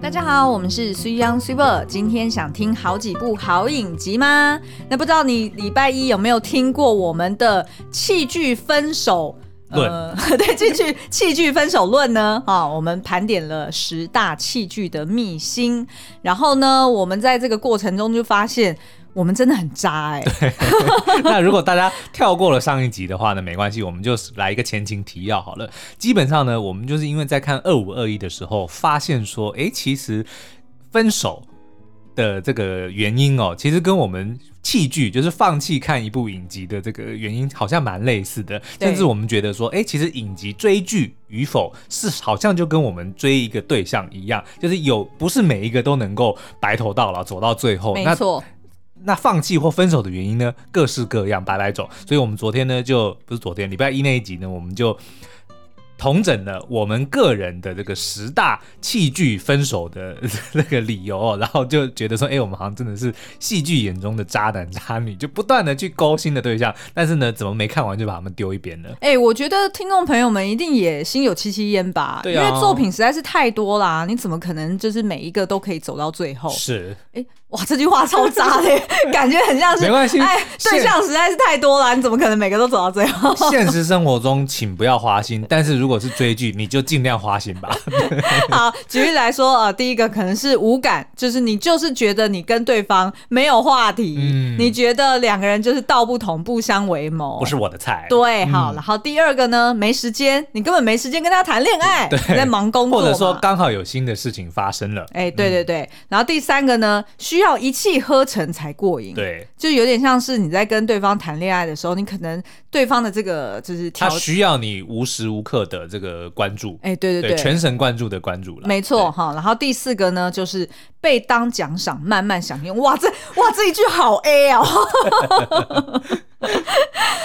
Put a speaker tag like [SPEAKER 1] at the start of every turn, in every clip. [SPEAKER 1] 大家好，我们是 s u y a n Super，今天想听好几部好影集吗？那不知道你礼拜一有没有听过我们的器具分手？呃， 对，器具器具分手论呢，啊、我们盘点了十大器具的秘辛，然后呢，我们在这个过程中就发现我们真的很渣哎、
[SPEAKER 2] 那如果大家跳过了上一集的话呢，没关系，我们就来一个前情提要好了。基本上呢，我们就是因为在看二五二一的时候，发现说，诶，其实分手的这个原因哦，其实跟我们弃剧，就是放弃看一部影集的这个原因，好像蛮类似的。
[SPEAKER 1] 对
[SPEAKER 2] 甚至我们觉得说，诶，其实影集追剧与否是好像就跟我们追一个对象一样，就是有不是每一个都能够白头到老走到最后。
[SPEAKER 1] 没
[SPEAKER 2] 那
[SPEAKER 1] 错，
[SPEAKER 2] 那放弃或分手的原因呢，各式各样，百百种。所以我们昨天呢，就不是昨天，礼拜一那一集呢，我们就统整了我们个人的这个十大弃剧分手的 那个理由、哦，然后就觉得说，哎、我们好像真的是戏剧眼中的渣男渣女，就不断的去勾新的对象，但是呢，怎么没看完就把他们丢一边呢？
[SPEAKER 1] 哎、我觉得听众朋友们一定也心有戚戚焉吧，
[SPEAKER 2] 对啊
[SPEAKER 1] 因为作品实在是太多啦，你怎么可能就是每一个都可以走到最后？
[SPEAKER 2] 是，
[SPEAKER 1] 哎、哇，这句话超渣 的耶，感觉很像是
[SPEAKER 2] 没关系
[SPEAKER 1] 哎，对
[SPEAKER 2] 现
[SPEAKER 1] 象实在是太多了，你怎么可能每个都走到最后？
[SPEAKER 2] 现实生活中请不要花心，但是如果是追剧，你就尽量花心吧。
[SPEAKER 1] 好，举例来说，呃，第一个可能是无感，就是你就是觉得你跟对方没有话题，
[SPEAKER 2] 嗯
[SPEAKER 1] 你觉得两个人就是道不同不相为谋，
[SPEAKER 2] 不是嗯我的菜。
[SPEAKER 1] 对，好，然后第二个呢，没时间，你根本没时间跟他谈恋 爱，你在忙工作
[SPEAKER 2] 或
[SPEAKER 1] 嘛，
[SPEAKER 2] 者说刚好嗯有新的事情发生了，
[SPEAKER 1] 哎、对对对，然后第三个呢，需要一气呵成才过瘾，，
[SPEAKER 2] 对
[SPEAKER 1] 就有点像是你在跟对方谈恋爱的时候，你可能对方的这个就是条
[SPEAKER 2] 他，需要你无时无刻的这个关注，
[SPEAKER 1] 哎、对对
[SPEAKER 2] 对全神贯注的关注了，
[SPEAKER 1] 没错
[SPEAKER 2] 对。
[SPEAKER 1] 哈，然后第四个呢，就是被当奖赏，慢慢享用。哇，这哇这一句好 A 哦。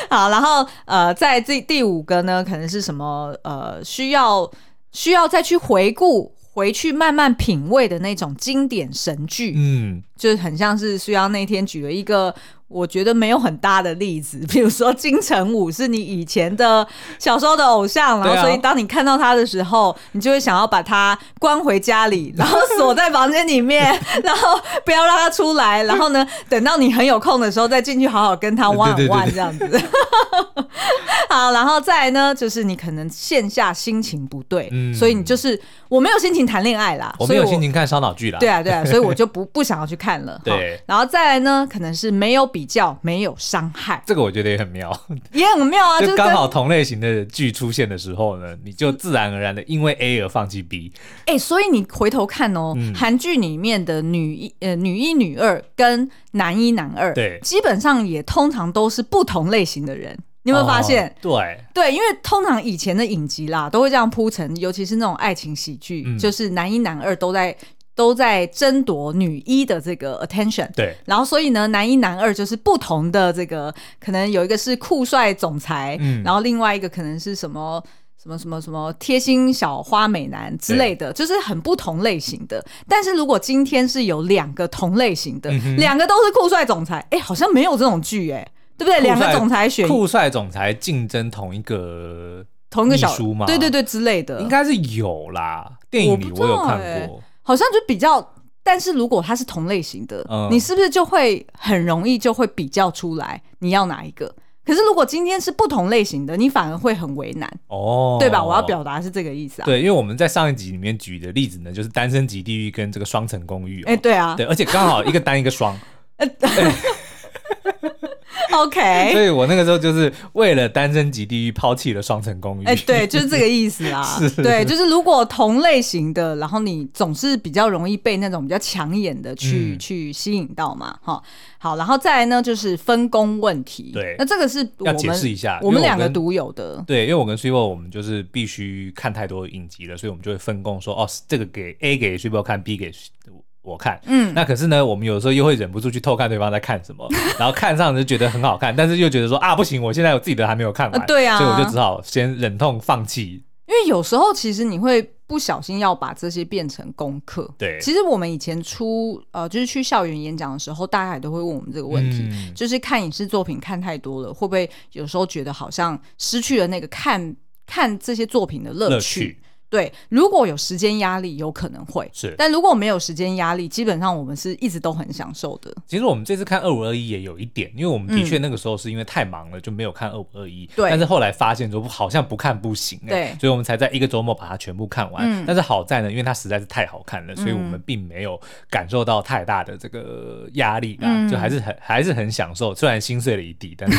[SPEAKER 1] 好，然后呃，在这第五个呢，可能是什么呃，需要需要再去回顾。回去慢慢品味的那种经典神剧，
[SPEAKER 2] 嗯，
[SPEAKER 1] 就是很像是苏央那天举了一个我觉得没有很搭的例子， 比如说金城武是你以前的小时候的偶像，然后
[SPEAKER 2] 对啊
[SPEAKER 1] 所以当你看到他的时候，你就会想要把他关回家里，然后锁在房间里面， 然后不要让他出来，然后呢，等到你很有空的时候再进去好好跟他玩
[SPEAKER 2] 对对对
[SPEAKER 1] 玩
[SPEAKER 2] 对
[SPEAKER 1] 这样子。 好，然后再来呢，就是你可能线下心情不对，
[SPEAKER 2] 嗯
[SPEAKER 1] 所以你就是我没有心情谈恋爱啦，
[SPEAKER 2] 我
[SPEAKER 1] 所
[SPEAKER 2] 没
[SPEAKER 1] 以
[SPEAKER 2] 有心情看烧脑剧啦，
[SPEAKER 1] 对啊， 对啊，所以我就不不想要去看了。
[SPEAKER 2] 对
[SPEAKER 1] 哈然后再来呢，可能是没有比较，没有伤害，
[SPEAKER 2] 这个我觉得也很妙，
[SPEAKER 1] 也很妙啊，就
[SPEAKER 2] 就是刚
[SPEAKER 1] 跟
[SPEAKER 2] 好同类型的剧出现的时候呢，你就自然而然的因为 A 而放弃 B，
[SPEAKER 1] 哎、所以你回头看哦，
[SPEAKER 2] 嗯
[SPEAKER 1] 韩剧里面的女一呃女一女二跟男一男二，
[SPEAKER 2] 对
[SPEAKER 1] 基本上也通常都是不同类型的人，你有没有发现？
[SPEAKER 2] 哦？对，
[SPEAKER 1] 对，因为通常以前的影集啦，都会这样铺陈，尤其是那种爱情喜剧，
[SPEAKER 2] 嗯
[SPEAKER 1] 就是男一男二都在都在争夺女一的这个 attention。
[SPEAKER 2] 对，
[SPEAKER 1] 然后所以呢，男一男二就是不同的这个，可能有一个是酷帅总裁，
[SPEAKER 2] 嗯
[SPEAKER 1] 然后另外一个可能是什么。什么什么什么贴心小花美男之类的，就是很不同类型的。但是如果今天是有两个同类型
[SPEAKER 2] 嗯
[SPEAKER 1] 的，两个都是酷帅总裁，哎、好像没有这种剧、哎，对不对？两个
[SPEAKER 2] 酷帅
[SPEAKER 1] 总裁选
[SPEAKER 2] 酷帅总裁竞争同一个
[SPEAKER 1] 同一个小
[SPEAKER 2] 秘书，吗
[SPEAKER 1] 对对对之类的，
[SPEAKER 2] 应该是有啦，电影里
[SPEAKER 1] 我不知
[SPEAKER 2] 我
[SPEAKER 1] 道
[SPEAKER 2] 有看
[SPEAKER 1] 欸
[SPEAKER 2] 过，
[SPEAKER 1] 好像就比较。但是如果它是同类型的，
[SPEAKER 2] 嗯
[SPEAKER 1] 你是不是就会很容易就会比较出来你要哪一个？可是如果今天是不同类型的，你反而会很为难，
[SPEAKER 2] 哦，
[SPEAKER 1] 对吧？我要表达是这个意思啊。，
[SPEAKER 2] 对，因为我们在上一集里面举的例子呢，就是单身级地狱跟这个双层公寓、哦。
[SPEAKER 1] 哎、对啊
[SPEAKER 2] 对，而且刚好一个单一 个双，
[SPEAKER 1] ，OK，
[SPEAKER 2] 所以我那个时候就是为了单身级地狱抛弃了双层公寓。
[SPEAKER 1] 哎、对，就是这个意思 啦。对，就是如果同类型的，然后你总是比较容易被那种比较抢眼的去、
[SPEAKER 2] 嗯
[SPEAKER 1] 去吸引到嘛，哈。好，然后再来呢，就是分工问题。
[SPEAKER 2] 对
[SPEAKER 1] 那这个是我
[SPEAKER 2] 要
[SPEAKER 1] 们
[SPEAKER 2] 解释一下
[SPEAKER 1] 我们
[SPEAKER 2] 因为我
[SPEAKER 1] 两个
[SPEAKER 2] 跟
[SPEAKER 1] 独有的。
[SPEAKER 2] 对，因为我跟 s u p e 我们就是必须看太多影集了，所以我们就会分工说，哦，这个给 A 给 s u p e 看，B 给我看。
[SPEAKER 1] 嗯，
[SPEAKER 2] 那可是呢，我们有时候又会忍不住去偷看对方在看什 么，然后看上就觉得很好看，但是又觉得说啊不行，我现在我自己的还没有看完，
[SPEAKER 1] 呃对啊
[SPEAKER 2] 所以我就只好先忍痛放弃。
[SPEAKER 1] 因为有时候其实你会不小心要把这些变成功课。
[SPEAKER 2] 对
[SPEAKER 1] 其实我们以前出呃，就是去校园演讲的时候，大家也都会问我们这个问题，
[SPEAKER 2] 嗯
[SPEAKER 1] 就是看影视作品看太多了，会不会有时候觉得好像失去了那个看看这些作品的乐
[SPEAKER 2] 乐
[SPEAKER 1] 趣？
[SPEAKER 2] 趣，
[SPEAKER 1] 对，如果有时间压力，有可能会
[SPEAKER 2] 是
[SPEAKER 1] 但如果没有时间压力，基本上我们是一直都很享受的。
[SPEAKER 2] 其实我们这次看二五二一也有一点，因为我们的确那个时候是因为太忙了，就没有看二五二一。
[SPEAKER 1] 对
[SPEAKER 2] 但是后来发现说好像不看不行、欸，
[SPEAKER 1] 对嗯
[SPEAKER 2] 所以我们才在一个周末把它全部看完。但是好在呢，因为它实在是太好看了，所以我们并没有感受到太大的这个压力啊，
[SPEAKER 1] 嗯
[SPEAKER 2] 就还是很还是很享受。虽然心碎了一地，但是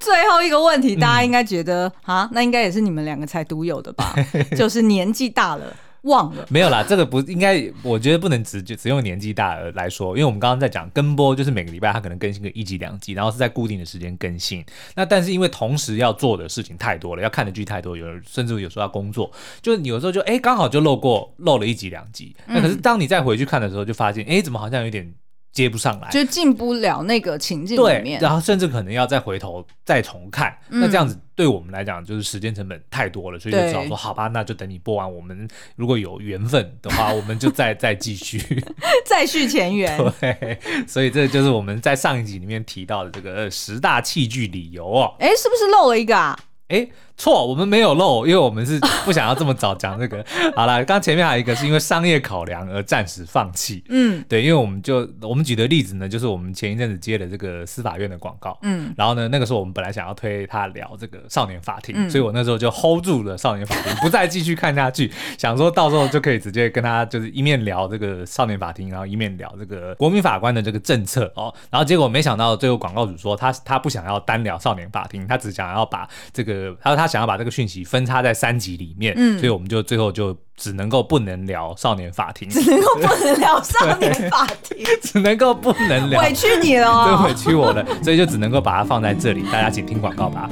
[SPEAKER 1] 最后一个问题，大
[SPEAKER 2] 嗯
[SPEAKER 1] 家应该觉得啊、那应该也是你们两个才独有的 吧？就是年纪大了忘了，
[SPEAKER 2] 没有啦，这个不应该，我觉得不能只只用年纪大了来说，因为我们刚刚在讲跟播，就是每个礼拜它可能更新个一集两集，然后是在固定的时间更新。那但是因为同时要做的事情太多了，要看的剧太多，有人甚至有时候要工作，就有时候就哎刚好就漏过漏了一集两集。那可是当你再回去看的时候，就发现哎怎么好像有点接不上来。
[SPEAKER 1] 就进不了那个情境里
[SPEAKER 2] 对，
[SPEAKER 1] 面。嗯
[SPEAKER 2] 然后甚至可能要再回头再重看，那这样子对我们来讲就是时间成本太多了，所以就
[SPEAKER 1] 对
[SPEAKER 2] 只好说好吧，那就等你播完，我们如果有缘分的话，我们就 再再继续。
[SPEAKER 1] 再续前缘。
[SPEAKER 2] 对，所以这就是我们在上一集里面提到的这个呃十大器具理由哦。
[SPEAKER 1] 哎、是不是漏了一个啊？
[SPEAKER 2] 哎，错，我们没有漏，因为我们是不想要这么早讲这个。 好了，刚前面还有一个是因为商业考量而暂时放弃。
[SPEAKER 1] 嗯
[SPEAKER 2] 对，因为我们就我们举的例子呢，就是我们前一阵子接了这个司法院的广告，
[SPEAKER 1] 嗯，
[SPEAKER 2] 然后呢，那个时候我们本来想要推他聊这个少年法庭，
[SPEAKER 1] 嗯
[SPEAKER 2] 所以我那时候就 hold 住了少年法庭，不再继续看 下去，想说到时候就可以直接跟他就是一面聊这个少年法庭，然后一面聊这个国民法官的这个政策哦。然后结果没想到最后广告主说他他不想要单聊少年法庭，他只想要把这个他说他想要把这个讯息分插在三集里面，
[SPEAKER 1] 嗯
[SPEAKER 2] 所以我们就最后就只能够不能聊少年 法庭，
[SPEAKER 1] 只能够不能聊少年法庭，
[SPEAKER 2] 只能够不能 聊。
[SPEAKER 1] 委屈你了
[SPEAKER 2] 真
[SPEAKER 1] 哦、
[SPEAKER 2] 委屈我了，所以就只能够把它放在这里。大家请听广告吧。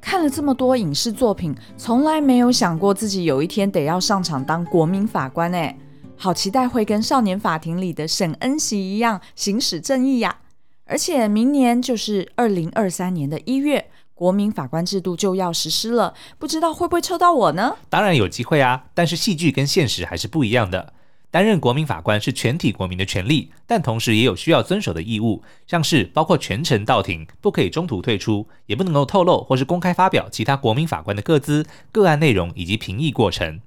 [SPEAKER 1] 看了这么多影视作品，从来没有想过自己有一天得要上场当国民法官哎、好期待会跟少年法庭里的沈恩熙一样行使正义呀、而且明年就是二零二三年的一月，国民法官制度就要实施了，不知道会不会抽到我呢？
[SPEAKER 2] 当然有机会啊，但是戏剧跟现实还是不一样的。担任国民法官是全体国民的权利，但同时也有需要遵守的义务，像是包括全程到庭，不可以中途退出，也不能够透露或是公开发表其他国民法官的个资、个案内容以及评议过程。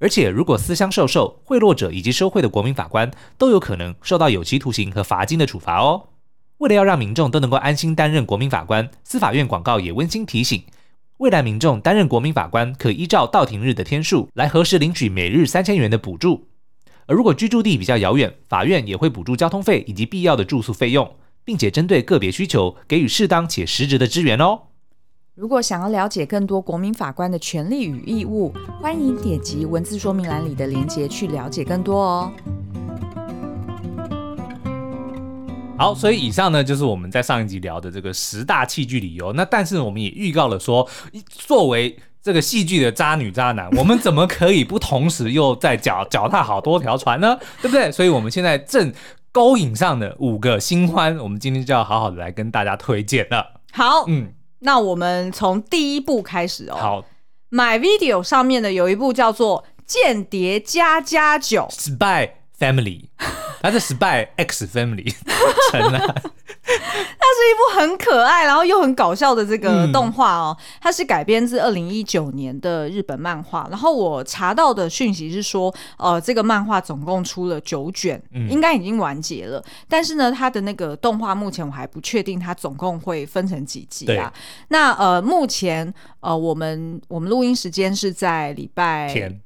[SPEAKER 2] 而且，如果私相授受、贿赂者以及受贿的国民法官，都有可能受到有期徒刑和罚金的处罚哦。为了要让民众都能够安心担任国民法官，司法院广告也温馨提醒，未来民众担任国民法官，可依照到庭日的天数来核实领取每日三千元的补助。而如果居住地比较遥远，法院也会补助交通费以及必要的住宿费用，并且针对个别需求给予适当且实质的支援哦。
[SPEAKER 1] 如果想要了解更多国民法官的权利与义务，欢迎点击文字说明栏里的连结去了解更多哦。
[SPEAKER 2] 好，所以以上呢就是我们在上一集聊的这个十大器具理由。那但是我们也预告了说，一作为这个戏剧的渣女渣男，我们怎么可以不同时又在脚脚踏好多条船呢？对不对？所以我们现在正勾引上的五个新欢，我们今天就要好好的来跟大家推荐了。
[SPEAKER 1] 好，
[SPEAKER 2] 嗯，
[SPEAKER 1] 那我们从第一部开始哦。
[SPEAKER 2] 好，
[SPEAKER 1] ，My Video 上面的有一部叫做《间谍加加酒》，
[SPEAKER 2] spy family，它是 spy X family 啊成了，
[SPEAKER 1] 它是一部很可爱，然后又很搞笑的这个
[SPEAKER 2] 嗯
[SPEAKER 1] 动画哦。它是改编自二零一九年的日本漫画，然后我查到的讯息是说，呃，这个漫画总共出了九卷，
[SPEAKER 2] 嗯
[SPEAKER 1] 应该已经完结了。但是呢，它的那个动画目前我还不确定它总共会分成几集啊。那呃，目前呃，我们我们录音时间是在礼拜
[SPEAKER 2] 天。
[SPEAKER 1] 天。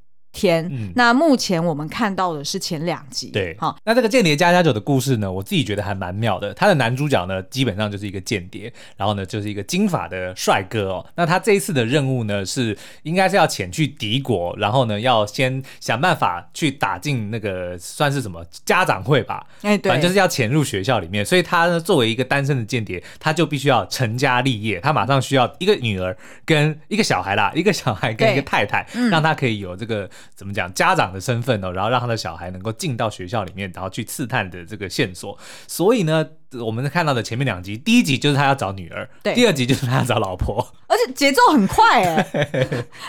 [SPEAKER 2] 嗯
[SPEAKER 1] 那目前我们看到的是前两集，
[SPEAKER 2] 对，
[SPEAKER 1] 好，
[SPEAKER 2] 那这个间谍加加酒的故事呢，我自己觉得还蛮妙的。他的男主角呢，基本上就是一个间谍，然后呢，就是一个金发的帅哥哦。那他这一次的任务呢，是应该是要潜去敌国，然后呢，要先想办法去打进那个算是什么家长会吧，
[SPEAKER 1] 哎，对，
[SPEAKER 2] 反正就是要潜入学校里面，所以他呢作为一个单身的间谍，他就必须要成家立业，他马上需要一个女儿跟一个小孩啦，一个小孩跟
[SPEAKER 1] 对嗯
[SPEAKER 2] 一个太太，让他可以有这个怎么讲家长的身份哦，然后让他的小孩能够进到学校里面，然后去刺探的这个线索。所以呢，我们看到的前面两集，第一集就是他要找女儿，
[SPEAKER 1] 对
[SPEAKER 2] 第二集就是他要找老婆，
[SPEAKER 1] 而且且节奏很快 哎、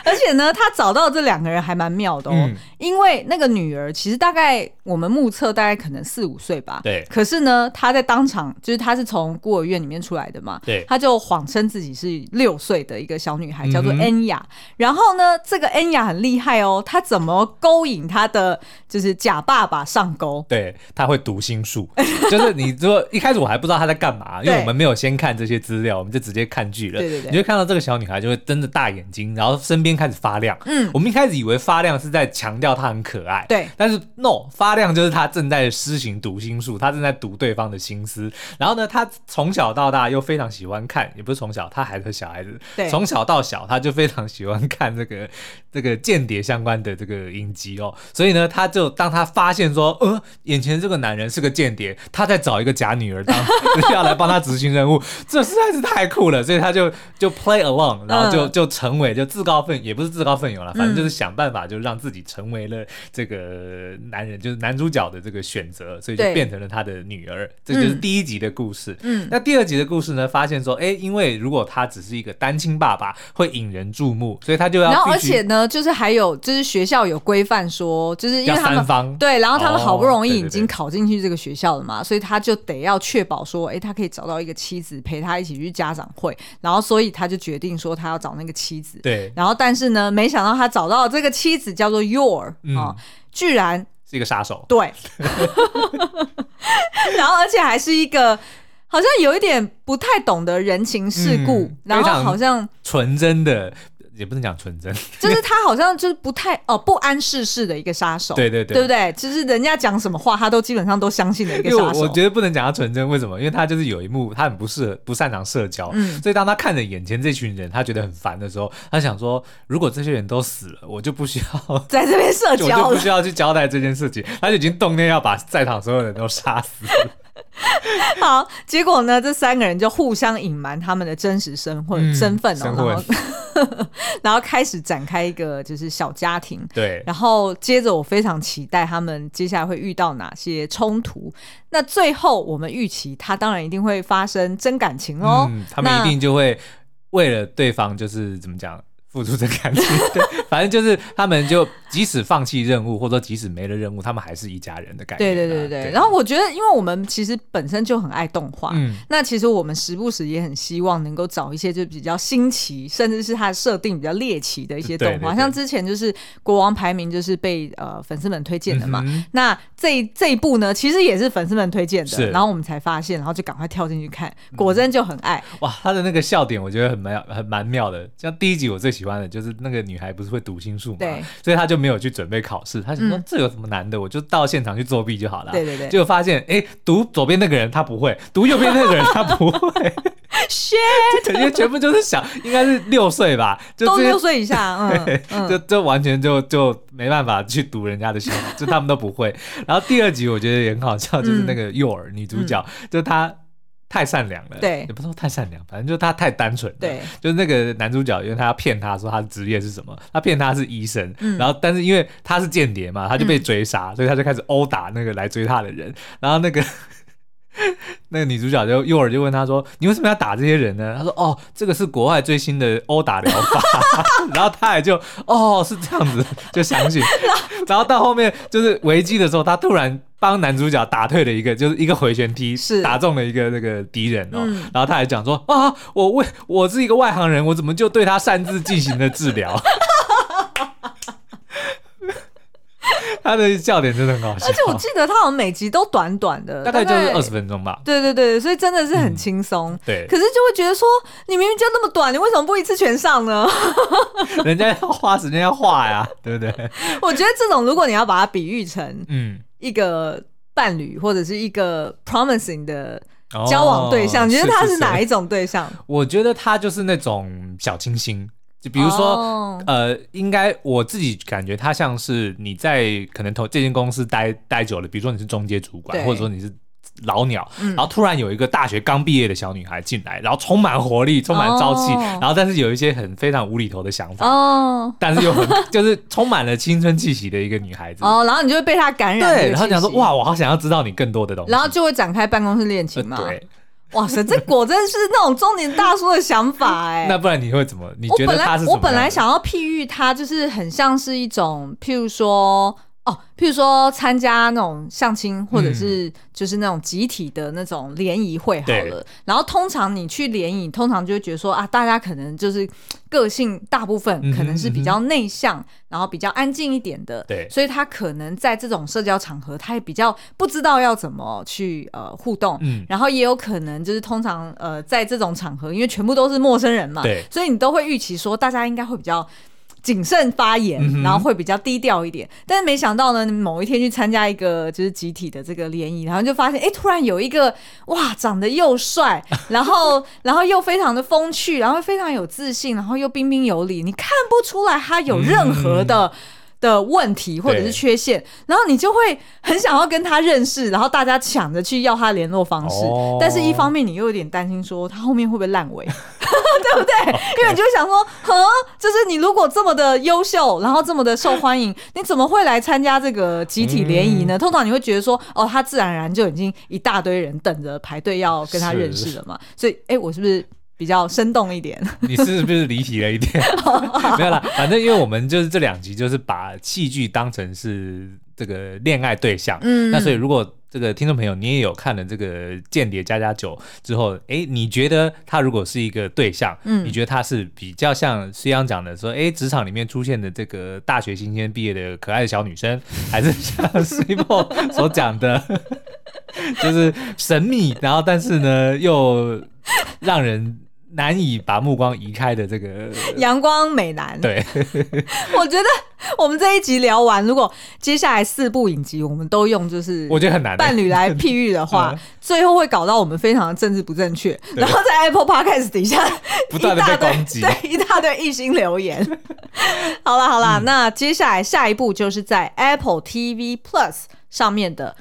[SPEAKER 1] 而且呢，他找到这两个人还蛮妙的哦、
[SPEAKER 2] 嗯
[SPEAKER 1] 因为那个女儿其实大概我们目测大概可能四五岁吧，
[SPEAKER 2] 对
[SPEAKER 1] 可是呢，她在当场就是她是从孤儿院里面出来的嘛，
[SPEAKER 2] 对
[SPEAKER 1] 她就谎称自己是六岁的一个小女孩，叫做
[SPEAKER 2] 嗯哼
[SPEAKER 1] 恩雅。然后呢，这个恩雅很厉害哦，她怎么勾引她的就是假爸爸上钩？
[SPEAKER 2] 对，他会读心术， 就是你如果一开始我还不知道他在干嘛，因为
[SPEAKER 1] 对
[SPEAKER 2] 我们没有先看这些资料，我们就直接看剧了。
[SPEAKER 1] 对对对
[SPEAKER 2] 你就看到这个小女孩就会睁着大眼睛，然后身边开始发亮。
[SPEAKER 1] 嗯
[SPEAKER 2] 我们一开始以为发亮是在强调她很可爱，
[SPEAKER 1] 对
[SPEAKER 2] 但是 no，发亮就是她正在施行读心术，她正在读对方的心思。然后呢，她从小到大又非常喜欢看，也不是从小，她还是小孩子，
[SPEAKER 1] 对
[SPEAKER 2] 从小到小她就非常喜欢看这个这个间谍相关的这个影集哦。所以呢，她就当她发现说，呃，眼前这个男人是个间谍，他在找一个假女儿当 要来帮他执行任务，这实在是太酷了，所以他就就 play along，然后就
[SPEAKER 1] 嗯
[SPEAKER 2] 就成为就自告奋也不是自告奋勇了，反正就是想办法就让自己成为了这个男人， 就是男主角的这个选择，所以就
[SPEAKER 1] 对
[SPEAKER 2] 变成了他的女儿，这就是
[SPEAKER 1] 嗯
[SPEAKER 2] 第一集的故事。
[SPEAKER 1] 嗯
[SPEAKER 2] 那第二集的故事呢，发现说，哎，因为如果他只是一个单亲爸爸，会引人注目，所以他就要
[SPEAKER 1] 然后
[SPEAKER 2] 啊必
[SPEAKER 1] 而
[SPEAKER 2] 须
[SPEAKER 1] 且呢，就是还有就是学校有规范说，就是因
[SPEAKER 2] 要
[SPEAKER 1] 为他
[SPEAKER 2] 三
[SPEAKER 1] 们。
[SPEAKER 2] 方
[SPEAKER 1] 对，然后他们好不容易
[SPEAKER 2] 哦对对
[SPEAKER 1] 已经考进去这个学校了嘛，所以他就得要确保说，哎，他可以找到一个妻子陪他一起去家长会，然后所以他就决定说他要找那个妻子。
[SPEAKER 2] 对，
[SPEAKER 1] 然后但是呢，没想到他找到的这个妻子叫做 Your 啊、
[SPEAKER 2] 嗯
[SPEAKER 1] 居然
[SPEAKER 2] 是一个杀手，
[SPEAKER 1] 对，然后而且还是一个好像有一点不太懂得人情世故，
[SPEAKER 2] 嗯
[SPEAKER 1] 然
[SPEAKER 2] 非
[SPEAKER 1] 后
[SPEAKER 2] 常
[SPEAKER 1] 好像
[SPEAKER 2] 纯真的，也不能讲纯真，
[SPEAKER 1] 就是他好像就是不太哦不谙世事的一个杀手，
[SPEAKER 2] 对对对
[SPEAKER 1] 对不对？就是人家讲什么话，他都基本上都相信的一个
[SPEAKER 2] 因为我
[SPEAKER 1] 杀手。
[SPEAKER 2] 我觉得不能讲他纯真，为什么？因为他就是有一幕，他很不适合、不擅长社交，
[SPEAKER 1] 嗯
[SPEAKER 2] 所以当他看着眼前这群人，他觉得很烦的时候，他想说，如果这些人都死了，我就不需要。
[SPEAKER 1] 在这边社
[SPEAKER 2] 我就
[SPEAKER 1] 交
[SPEAKER 2] 不
[SPEAKER 1] 了
[SPEAKER 2] 需，要去交代这件事情，他就已经动念要把在场所有人都 杀死了。
[SPEAKER 1] 好，结果呢，这三个人就互相隐瞒他们的真实身份、
[SPEAKER 2] 嗯
[SPEAKER 1] 身份哦，
[SPEAKER 2] 身份
[SPEAKER 1] 然后 然后开始展开一个就是小家庭，
[SPEAKER 2] 对，
[SPEAKER 1] 然后接着我非常期待他们接下来会遇到哪些冲突。那最后我们预期他当然一定会发生真感情哦喽、
[SPEAKER 2] 嗯，他们
[SPEAKER 1] 那
[SPEAKER 2] 一定就会为了对方，就是怎么讲，付出这 感情。对，反正就是他们就即使放弃任务，或者说即使没了任务，他们还是一家人的感觉、
[SPEAKER 1] 对
[SPEAKER 2] 啊。
[SPEAKER 1] 对对对对。然后我觉得，因为我们其实本身就很爱动画，
[SPEAKER 2] 嗯，
[SPEAKER 1] 那其实我们时不时也很希望能够找一些就比较新奇，甚至是它的设定比较猎奇的一些动画，
[SPEAKER 2] 对对对
[SPEAKER 1] 像之前就是《国王排名》就是被呃粉丝们推荐的嘛。
[SPEAKER 2] 嗯哼
[SPEAKER 1] 那这一这一部呢，其实也是粉丝们推荐的，
[SPEAKER 2] 是嗯
[SPEAKER 1] 然后我们才发现，然后就赶快跳进去看，果真就很 爱。
[SPEAKER 2] 哇，他的那个笑点我觉得很蛮很蛮妙的。像第一集我最喜欢的就是那个女孩不是会读心术嘛
[SPEAKER 1] 对，
[SPEAKER 2] 所以她就没有去准备考试，她想说、
[SPEAKER 1] 嗯
[SPEAKER 2] 这有什么难的，我就到现场去作弊就好了。
[SPEAKER 1] 对对对
[SPEAKER 2] 结果发现哎，诶读左边那个人他不会，读右边那个人他不会，
[SPEAKER 1] shit
[SPEAKER 2] 对因为全部就是小，应该是六岁吧，就
[SPEAKER 1] 都
[SPEAKER 2] 这些
[SPEAKER 1] 六岁以下，嗯
[SPEAKER 2] 就
[SPEAKER 1] 嗯，
[SPEAKER 2] 就完全就就没办法去读人家的心，就他们都不会。 然后第二集我觉得也很好笑，就是那个幼儿女主角，就她太善良了，
[SPEAKER 1] 嗯对
[SPEAKER 2] 也不是说太善良，反正就她太单纯了，
[SPEAKER 1] 对，
[SPEAKER 2] 就是那个男主角，因为他要骗她说他的职业是什么，他骗她是医生，
[SPEAKER 1] 嗯
[SPEAKER 2] 然后但是因为他是间谍嘛，他就被追杀，所以他就开始殴打那个来追他的人，然后那个。那个女主角就幼儿就问他说：“你为什么要打这些人呢？”他说：“哦，这个是国外最新的殴打疗法。” 然后他也就哦是这样子，就相信。然后到后面就是危机的时候，他突然帮男主角打退了一个，就是一个回旋踢，
[SPEAKER 1] 是
[SPEAKER 2] 打中了一个那个敌人哦。
[SPEAKER 1] 嗯
[SPEAKER 2] 然后他还讲说：“啊，我为我是一个外行人，我怎么就对他擅自进行了治疗？” 他的笑点真的很好笑，哦
[SPEAKER 1] 而且我记得它好像每集都短短的，
[SPEAKER 2] 大概就是二十。分钟吧。嗯
[SPEAKER 1] 对对对，所以真的是很轻松。
[SPEAKER 2] 对
[SPEAKER 1] 可，是就会觉得说，你明明就那么短，你为什么不一次全上呢？
[SPEAKER 2] 人家要花时间要画呀，对不对？
[SPEAKER 1] 我觉得这种，如果你要把它比喻成
[SPEAKER 2] 嗯，
[SPEAKER 1] 一个伴侣或者是一个 promising 的
[SPEAKER 2] 哦
[SPEAKER 1] 交往对象，你觉得他是哪？
[SPEAKER 2] 是
[SPEAKER 1] 一种对象？
[SPEAKER 2] 我觉得他就是那种小清新，就比如说。
[SPEAKER 1] 哦
[SPEAKER 2] 呃，应该我自己感觉他像是你在可能投这间公司待待久了，比如说你是中阶主管，
[SPEAKER 1] 对
[SPEAKER 2] 或者说你是老鸟，
[SPEAKER 1] 嗯
[SPEAKER 2] 然后突然有一个大学刚毕业的小女孩进来，然后充满活力，充满朝气，
[SPEAKER 1] 哦
[SPEAKER 2] 然后但是有一些很非常无厘头的想法，
[SPEAKER 1] 哦
[SPEAKER 2] 但是又很 就是充满了青春气息的一个女孩子。
[SPEAKER 1] 哦，然后你就会被他感染，
[SPEAKER 2] 对，然后讲说，哇，我好想要知道你更多的东西，
[SPEAKER 1] 然后就会展开办公室恋
[SPEAKER 2] 呃
[SPEAKER 1] 情嘛。
[SPEAKER 2] 对，
[SPEAKER 1] 哇塞，这果真是那种中年大叔的想 法哎、
[SPEAKER 2] 那不然你会怎么？你
[SPEAKER 1] 我
[SPEAKER 2] 觉
[SPEAKER 1] 本
[SPEAKER 2] 得
[SPEAKER 1] 来
[SPEAKER 2] 他是
[SPEAKER 1] 我
[SPEAKER 2] 怎么
[SPEAKER 1] 本来
[SPEAKER 2] 样
[SPEAKER 1] 想要譬喻他，就是很像是一种，哦譬如说哦，譬如说参加那种相亲，或者是就是那种集体的那种联谊会好
[SPEAKER 2] 嗯对
[SPEAKER 1] 了。然后通常你去联谊，通常就会觉得说啊，大家可能就是个性大部分
[SPEAKER 2] 嗯哼
[SPEAKER 1] 可能是比
[SPEAKER 2] 嗯哼
[SPEAKER 1] 较内向，然后比较安静一点的，
[SPEAKER 2] 对
[SPEAKER 1] 所以他可能在这种社交场合，他也比较不知道要怎么去呃互动，
[SPEAKER 2] 嗯
[SPEAKER 1] 然后也有可能就是通常呃在这种场合，因为全部都是陌生人嘛，
[SPEAKER 2] 对
[SPEAKER 1] 所以你都会预期说大家应该会比较。谨慎发言
[SPEAKER 2] 嗯，哼
[SPEAKER 1] 然后会比较低调一点。但是没想到呢，某一天去参加一个就是集体的这个联谊，然后就发现，哎，突然有一个哇，长得又帅， 然后然后又非常的风趣，然后非常有自信，然后又彬彬有礼，你看不出来他有任何的。
[SPEAKER 2] 嗯
[SPEAKER 1] 的问题或者是
[SPEAKER 2] 对
[SPEAKER 1] 缺陷，然后你就会很想要跟他认识，然后大家抢着去要他联络方式，
[SPEAKER 2] 哦
[SPEAKER 1] 但是一方面你又有点担心说他后面会不会烂尾，对不对？因为你就会想说，呵，就是你如果这么的优秀，然后这么的受欢迎，你怎么会来参加这个集体联谊
[SPEAKER 2] 嗯
[SPEAKER 1] 呢？通常你会觉得说，哦，他自然而然就已经一大堆人等着排队要跟他认识了嘛。所以，哎，我是不是比较生动一点？
[SPEAKER 2] 你是不是离题了一点？ 没有啦，反正因为我们就是这两集就是把戏剧当成是这个恋爱对象，
[SPEAKER 1] 嗯
[SPEAKER 2] 那所以如果这个听众朋友你也有看了这个《间谍加加酒》之后，诶，你觉得他如果是一个对象，
[SPEAKER 1] 嗯
[SPEAKER 2] 你觉得他是比较像虽阳讲的说，诶，职场里面出现的这个大学新鲜毕业的可爱的小女 生，还是像 s i p o 所讲的， 就是神秘，然后但是呢又让人。难以把目光移开的这 个
[SPEAKER 1] 阳光美男，
[SPEAKER 2] 对，
[SPEAKER 1] 我觉得我们这一集聊完，如果接下来四部影集我们都用就是
[SPEAKER 2] 我觉得很难欸、
[SPEAKER 1] 伴侣来譬喻的话
[SPEAKER 2] 嗯，
[SPEAKER 1] 最后会搞到我们非常的政治不正确，然后在 Apple Podcast 底下
[SPEAKER 2] 不断地
[SPEAKER 1] 一大堆
[SPEAKER 2] 被攻击
[SPEAKER 1] 对一大堆异星留言。 好啦好啦，
[SPEAKER 2] 嗯
[SPEAKER 1] 那接下来下一步就是在 Apple TV Plus 上面的。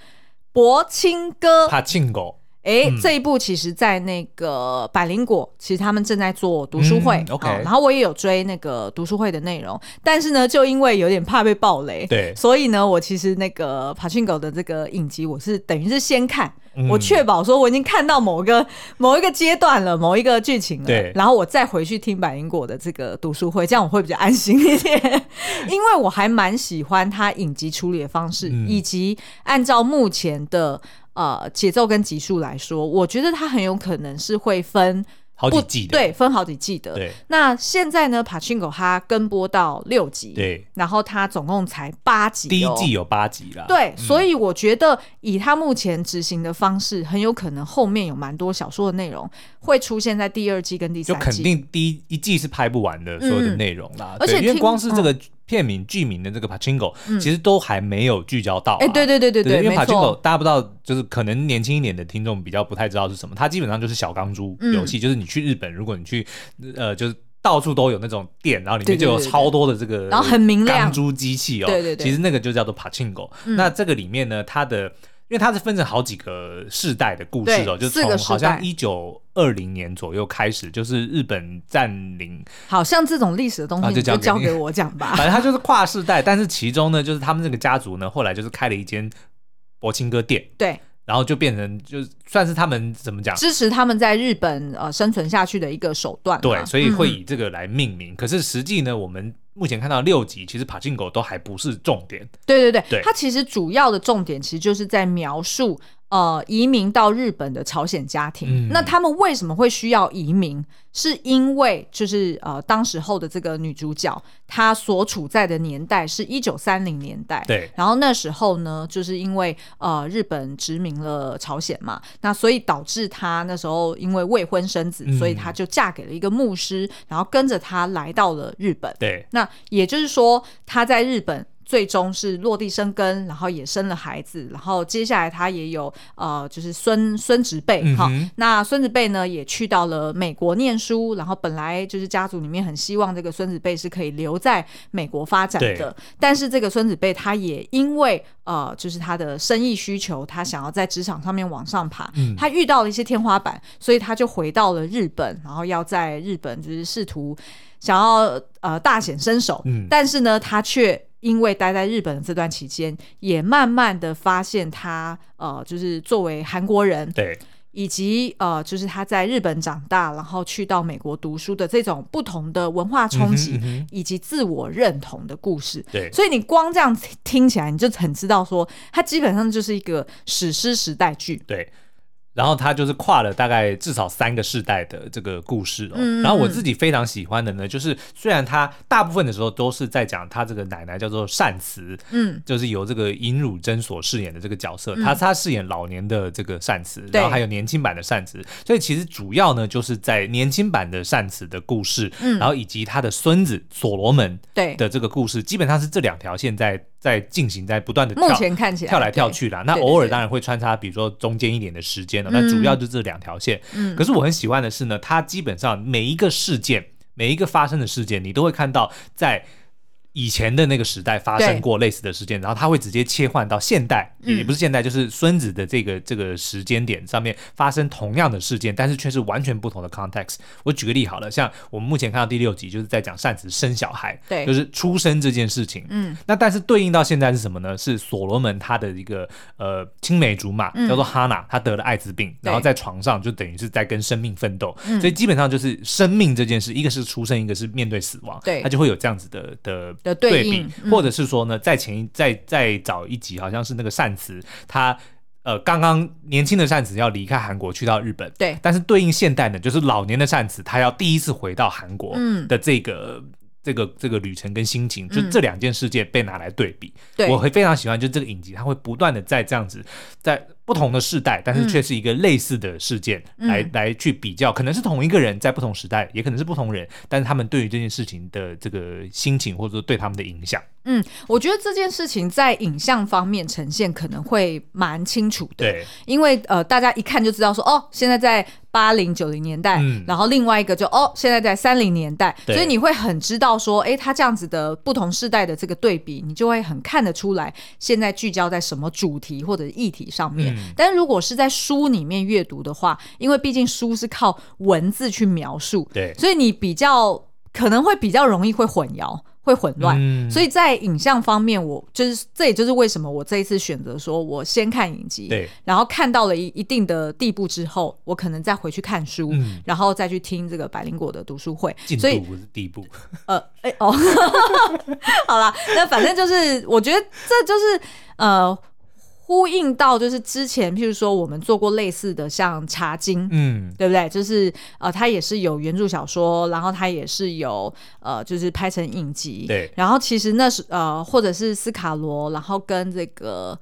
[SPEAKER 1] 薄青哥，
[SPEAKER 2] 怕庆狗
[SPEAKER 1] 哎、
[SPEAKER 2] 嗯
[SPEAKER 1] 这一部其实，在那个百灵果，其实他们正在做读书会、哦
[SPEAKER 2] 嗯，OK
[SPEAKER 1] 好然后我也有追那个读书会的内容，但是呢，就因为有点怕被暴雷，
[SPEAKER 2] 对
[SPEAKER 1] 所以呢，我其实那个爬训狗的这个影集，我是等于是先看，
[SPEAKER 2] 嗯
[SPEAKER 1] 我确保说我已经看到某个某一个阶段了，某一个剧情了，
[SPEAKER 2] 对
[SPEAKER 1] 然后我再回去听百灵果的这个读书会，这样我会比较安心一点， 因为我还蛮喜欢他影集处理的方式，
[SPEAKER 2] 嗯
[SPEAKER 1] 以及按照目前的呃节奏跟集数来说，我觉得他很有可能是会分
[SPEAKER 2] 好
[SPEAKER 1] 不
[SPEAKER 2] 几季的，
[SPEAKER 1] 对分好几季的，
[SPEAKER 2] 对
[SPEAKER 1] 那现在呢，Pachinko 它跟播到六集，
[SPEAKER 2] 对，
[SPEAKER 1] 然后它总共才八集、哦
[SPEAKER 2] 第一季。啊嗯有八集啦，
[SPEAKER 1] 对，所以我觉得以他目前执行的方式，很有可能后面有蛮多小说的内容会出现在第二季跟第
[SPEAKER 2] 就
[SPEAKER 1] 三
[SPEAKER 2] 肯
[SPEAKER 1] 季。
[SPEAKER 2] 定第一一季是拍不完的所有的内容啦，
[SPEAKER 1] 而
[SPEAKER 2] 对
[SPEAKER 1] 且
[SPEAKER 2] 因为
[SPEAKER 1] 听嗯
[SPEAKER 2] 光是这个片名、剧名的这个 Pachinko，、其实都还没有聚焦到、啊。
[SPEAKER 1] 哎，对对对对
[SPEAKER 2] 因为
[SPEAKER 1] 没
[SPEAKER 2] Pachinko
[SPEAKER 1] 错，
[SPEAKER 2] 大家不知道，就是可能年轻一点的听众比较不太知道是什么，它基本上就是小钢珠
[SPEAKER 1] 嗯
[SPEAKER 2] 游戏，就是你去日本，如果你去呃就是。到处都有那种店，然后里
[SPEAKER 1] 对
[SPEAKER 2] 面
[SPEAKER 1] 对
[SPEAKER 2] 就有
[SPEAKER 1] 对对
[SPEAKER 2] 超多的这个，
[SPEAKER 1] 然后很明亮
[SPEAKER 2] 钢珠机器哦。
[SPEAKER 1] 对对对嗯
[SPEAKER 2] 其实那个就叫做 Pachinko、那这个里面呢，它的因为它是分成好几个世代的故事哦，
[SPEAKER 1] 对
[SPEAKER 2] 就
[SPEAKER 1] 四个
[SPEAKER 2] 从
[SPEAKER 1] 世
[SPEAKER 2] 好像
[SPEAKER 1] 代
[SPEAKER 2] 一九二零年左右开始，就是日本占领
[SPEAKER 1] 好像这种历史的东
[SPEAKER 2] 啊
[SPEAKER 1] 西，
[SPEAKER 2] 就
[SPEAKER 1] 你
[SPEAKER 2] 交
[SPEAKER 1] 就
[SPEAKER 2] 给
[SPEAKER 1] 交
[SPEAKER 2] 你
[SPEAKER 1] 给我讲吧。
[SPEAKER 2] 反正他 就是跨世代，但是其中呢，就是他们这个家族呢，后来就是开了一间薄青哥店，
[SPEAKER 1] 对，
[SPEAKER 2] 然后就变成就算是他们怎么讲。
[SPEAKER 1] 支持他们在日本呃生存下去的一个手段嘛。
[SPEAKER 2] 对，所以
[SPEAKER 1] 嗯
[SPEAKER 2] 会以这个来命名。可是实际呢，我们目前看到六集，其实爬进狗都还不是重点。
[SPEAKER 1] 对对
[SPEAKER 2] 对
[SPEAKER 1] 对，它其实主要的重点其实就是在描述呃移民到日本的朝鲜家庭。
[SPEAKER 2] 嗯
[SPEAKER 1] 那他们为什么会需要移民？是因为就是呃当时候的这个女主角她所处在的年代是一九三零年代。
[SPEAKER 2] 对，
[SPEAKER 1] 然后那时候呢，就是因为呃日本殖民了朝鲜嘛，那所以导致她那时候因为未婚生子，
[SPEAKER 2] 嗯
[SPEAKER 1] 所以她就嫁给了一个牧师，然后跟着他来到了日本。
[SPEAKER 2] 对，
[SPEAKER 1] 那也就是说，他在日本最终是落地生根，然后也生了孩子，然后接下来他也有呃，就是孙孙侄辈
[SPEAKER 2] 嗯
[SPEAKER 1] 哈、
[SPEAKER 2] 哼
[SPEAKER 1] 那孙子辈呢也去到了美国念书，然后本来就是家族里面很希望这个孙子辈是可以留在美国发展
[SPEAKER 2] 对
[SPEAKER 1] 的，但是这个孙子辈他也因为呃，就是他的生意需求，他想要在职场上面往上爬，
[SPEAKER 2] 嗯
[SPEAKER 1] 他遇到了一些天花板，所以他就回到了日本，然后要在日本就是试图想要呃大显身手，
[SPEAKER 2] 嗯
[SPEAKER 1] 但是呢，他却因为待在日本的这段期间，也慢慢的发现他呃，就是作为韩国人，
[SPEAKER 2] 对，
[SPEAKER 1] 以及呃，就是他在日本长大，然后去到美国读书的这种不同的文化冲击，
[SPEAKER 2] 嗯哼嗯
[SPEAKER 1] 以及自我认同的故事。
[SPEAKER 2] 对
[SPEAKER 1] 所以你光这样听听起来，你就很知道说，它基本上就是一个史诗时代剧。
[SPEAKER 2] 对，然后它就是跨了大概至少三个世代的这个故事哦。
[SPEAKER 1] 嗯嗯
[SPEAKER 2] 然后我自己非常喜欢的呢，就是虽然它大部分的时候都是在讲她这个奶奶叫做善慈，
[SPEAKER 1] 嗯，
[SPEAKER 2] 就是由这个尹汝贞所饰演的这个角色，她她饰演老年的这个善慈，
[SPEAKER 1] 对
[SPEAKER 2] 然后还有年轻版的善慈，所以其实主要呢就是在年轻版的善慈的故事，
[SPEAKER 1] 嗯
[SPEAKER 2] 然后以及他的孙子所罗门
[SPEAKER 1] 对，
[SPEAKER 2] 的这个故事，基本上是这两条线在在进行，在不断的
[SPEAKER 1] 目前看起来
[SPEAKER 2] 跳来跳，去啦。那
[SPEAKER 1] 对
[SPEAKER 2] 偶尔
[SPEAKER 1] 对
[SPEAKER 2] 当然会穿插，比如说中间一点的时间了，哦
[SPEAKER 1] 嗯
[SPEAKER 2] 那主要就这两条线。
[SPEAKER 1] 嗯
[SPEAKER 2] 可是我很喜欢的是呢，它基本上每一个事件，每一个发生的事件，你都会看到在。以前的那个时代发
[SPEAKER 1] 对
[SPEAKER 2] 生过类似的事件，然后它会直接切换到现代，
[SPEAKER 1] 嗯
[SPEAKER 2] 也不是现代，就是孙子的这个这个时间点上面发生同样的事件，但是却是完全不同的 context。我举个例好了，像我们目前看到第六集就是在讲善子生小孩，
[SPEAKER 1] 对
[SPEAKER 2] 就是出生这件事情，
[SPEAKER 1] 嗯，
[SPEAKER 2] 那但是对应到现在是什么呢？是所罗门他的一个呃青梅竹马
[SPEAKER 1] 嗯
[SPEAKER 2] 叫做哈娜，他得了艾滋病，然后在床上就等于是在跟生命奋斗，
[SPEAKER 1] 嗯
[SPEAKER 2] 所以基本上就是生命这件事，一个是出生，一个是面对死亡，
[SPEAKER 1] 对
[SPEAKER 2] 他就会有这样子的的
[SPEAKER 1] 的对
[SPEAKER 2] 比，
[SPEAKER 1] 应嗯
[SPEAKER 2] 或者是说呢，在前一再再早一集好像是那个善慈他。呃，刚刚年轻的善慈要离开韩国去到日本，
[SPEAKER 1] 对
[SPEAKER 2] 但是对应现代呢，就是老年的善慈，他要第一次回到韩国
[SPEAKER 1] 嗯
[SPEAKER 2] 的这个、这个这个旅程跟心情，就
[SPEAKER 1] 嗯
[SPEAKER 2] 这两件事件被拿来对比，
[SPEAKER 1] 对
[SPEAKER 2] 我会非常喜欢，就这个影集，它会不断的在这样子，在不同的世代，但是却是一个类似的事件、
[SPEAKER 1] 嗯
[SPEAKER 2] 来来去比较，可能是同一个人在不同时代，也可能是不同人，但是他们对于这件事情的这个心情，或者说对他们的影响，
[SPEAKER 1] 嗯，我觉得这件事情在影像方面呈现可能会蛮清楚的，
[SPEAKER 2] 对
[SPEAKER 1] 因为呃，大家一看就知道说，哦，现在在八零九零年代，
[SPEAKER 2] 嗯
[SPEAKER 1] 然后另外一个就哦，现在在三零年代，
[SPEAKER 2] 对
[SPEAKER 1] 所以你会很知道说，诶，它这样子的不同世代的这个对比，你就会很看得出来现在聚焦在什么主题或者议题上面。
[SPEAKER 2] 嗯
[SPEAKER 1] 但是如果是在书里面阅读的话，因为毕竟书是靠文字去描述，
[SPEAKER 2] 对，
[SPEAKER 1] 所以你比较可能会比较容易会混淆、会混乱。
[SPEAKER 2] 嗯
[SPEAKER 1] 所
[SPEAKER 2] 以
[SPEAKER 1] 以在影像方面，我就是这也就是为什么我这一次选择说我先看影集，
[SPEAKER 2] 对，
[SPEAKER 1] 然后看到了一一定的地步之后，我可能再回去看书，
[SPEAKER 2] 嗯
[SPEAKER 1] 然后再去听这个百灵果的读书会。
[SPEAKER 2] 进
[SPEAKER 1] 所以
[SPEAKER 2] 度地步，
[SPEAKER 1] 呃，哎、哦， 好啦，那反正就是，我觉得这就是呃。呼应到就是之前，譬如说我们做过类似的，像茶经，
[SPEAKER 2] 嗯，
[SPEAKER 1] 对不对？就是呃，它也是有原著小说，然后它也是有呃，就是拍成影集。
[SPEAKER 2] 对
[SPEAKER 1] 然后其实那是呃，或者是斯卡罗，然后跟这个，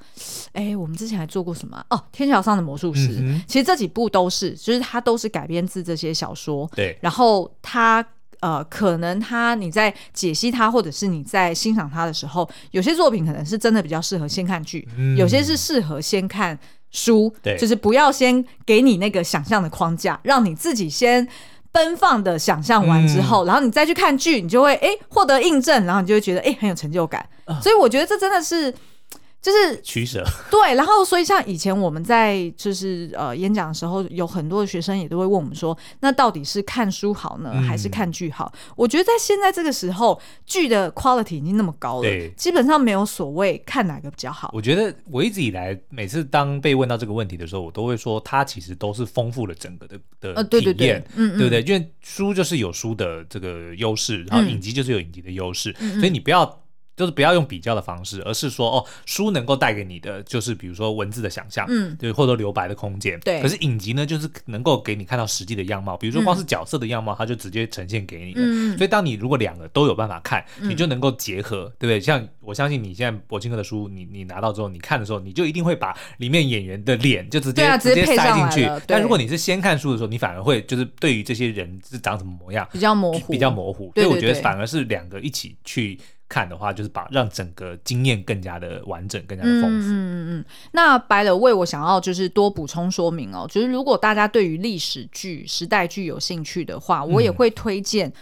[SPEAKER 1] 哎，我们之前还做过什么啊、哦，《天桥上的魔术师》
[SPEAKER 2] 嗯哼
[SPEAKER 1] 其实这几部都是，就是它都是改编自这些小说。
[SPEAKER 2] 对，
[SPEAKER 1] 然后它呃，可能它你在解析它，或者是你在欣赏它的时候，有些作品可能是真的比较适合先看剧，
[SPEAKER 2] 嗯
[SPEAKER 1] 有些是适合先看书，
[SPEAKER 2] 对
[SPEAKER 1] 就是不要先给你那个想象的框架，让你自己先。奔放的想象完之
[SPEAKER 2] 嗯
[SPEAKER 1] 后，然后你再去看剧，你就会诶获得印证，然后你就会觉得诶很有成就感。
[SPEAKER 2] 啊
[SPEAKER 1] 所以我觉得这真的是，就是
[SPEAKER 2] 取 舍，
[SPEAKER 1] 对，然后所以像以前我们在就是呃演讲的时候，有很多的学生也都会问我们说，那到底是看书好呢，还是
[SPEAKER 2] 嗯
[SPEAKER 1] 看剧好？我觉得在现在这个时候，剧的 quality 已经那么高了
[SPEAKER 2] 对，
[SPEAKER 1] 基本上没有所谓看哪个比较好。
[SPEAKER 2] 我觉得我一直以来，每次当被问到这个问题的时候，我都会说，它其实都是丰富了整个的的体验，
[SPEAKER 1] 呃，对对对，嗯嗯，
[SPEAKER 2] 对不对？因为书就是有书的这个优势，然后
[SPEAKER 1] 嗯
[SPEAKER 2] 影集就是有影集的优势，
[SPEAKER 1] 嗯嗯
[SPEAKER 2] 所以你不要。就是不要用比较的方式，而是说哦，书能够带给你的就是比如说文字的想象，
[SPEAKER 1] 嗯
[SPEAKER 2] 对，或者留白的空间，
[SPEAKER 1] 对
[SPEAKER 2] 可是影集呢，就是能够给你看到实际的样貌，比如说
[SPEAKER 1] 嗯
[SPEAKER 2] 光是角色的样貌，它就直接呈现给你了。
[SPEAKER 1] 嗯
[SPEAKER 2] 所以，当你如果两个都有办法看，
[SPEAKER 1] 嗯
[SPEAKER 2] 你就能够结合，对不对？像我相信你现在柏青哥的书，你你拿到之后，你看的时候，你就一定会把里面演员的脸就直接、
[SPEAKER 1] 对啊直接配
[SPEAKER 2] 塞
[SPEAKER 1] 上
[SPEAKER 2] 进
[SPEAKER 1] 来了对。
[SPEAKER 2] 去但如果你是先看书的时候，你反而会就是对于这些人是长什么模样
[SPEAKER 1] 比较模糊，
[SPEAKER 2] 比较模糊。
[SPEAKER 1] 对
[SPEAKER 2] 所
[SPEAKER 1] 对
[SPEAKER 2] 以我觉得
[SPEAKER 1] 对
[SPEAKER 2] 反而是两个一起去看的话，就是把让整个经验更加的完整，更加的
[SPEAKER 1] 嗯
[SPEAKER 2] 丰
[SPEAKER 1] 嗯
[SPEAKER 2] 富。
[SPEAKER 1] 嗯嗯，那白了为我想要就是多补充说明哦，就是如果大家对于历史剧、时代剧有兴趣的话，
[SPEAKER 2] 嗯
[SPEAKER 1] 我也会推荐。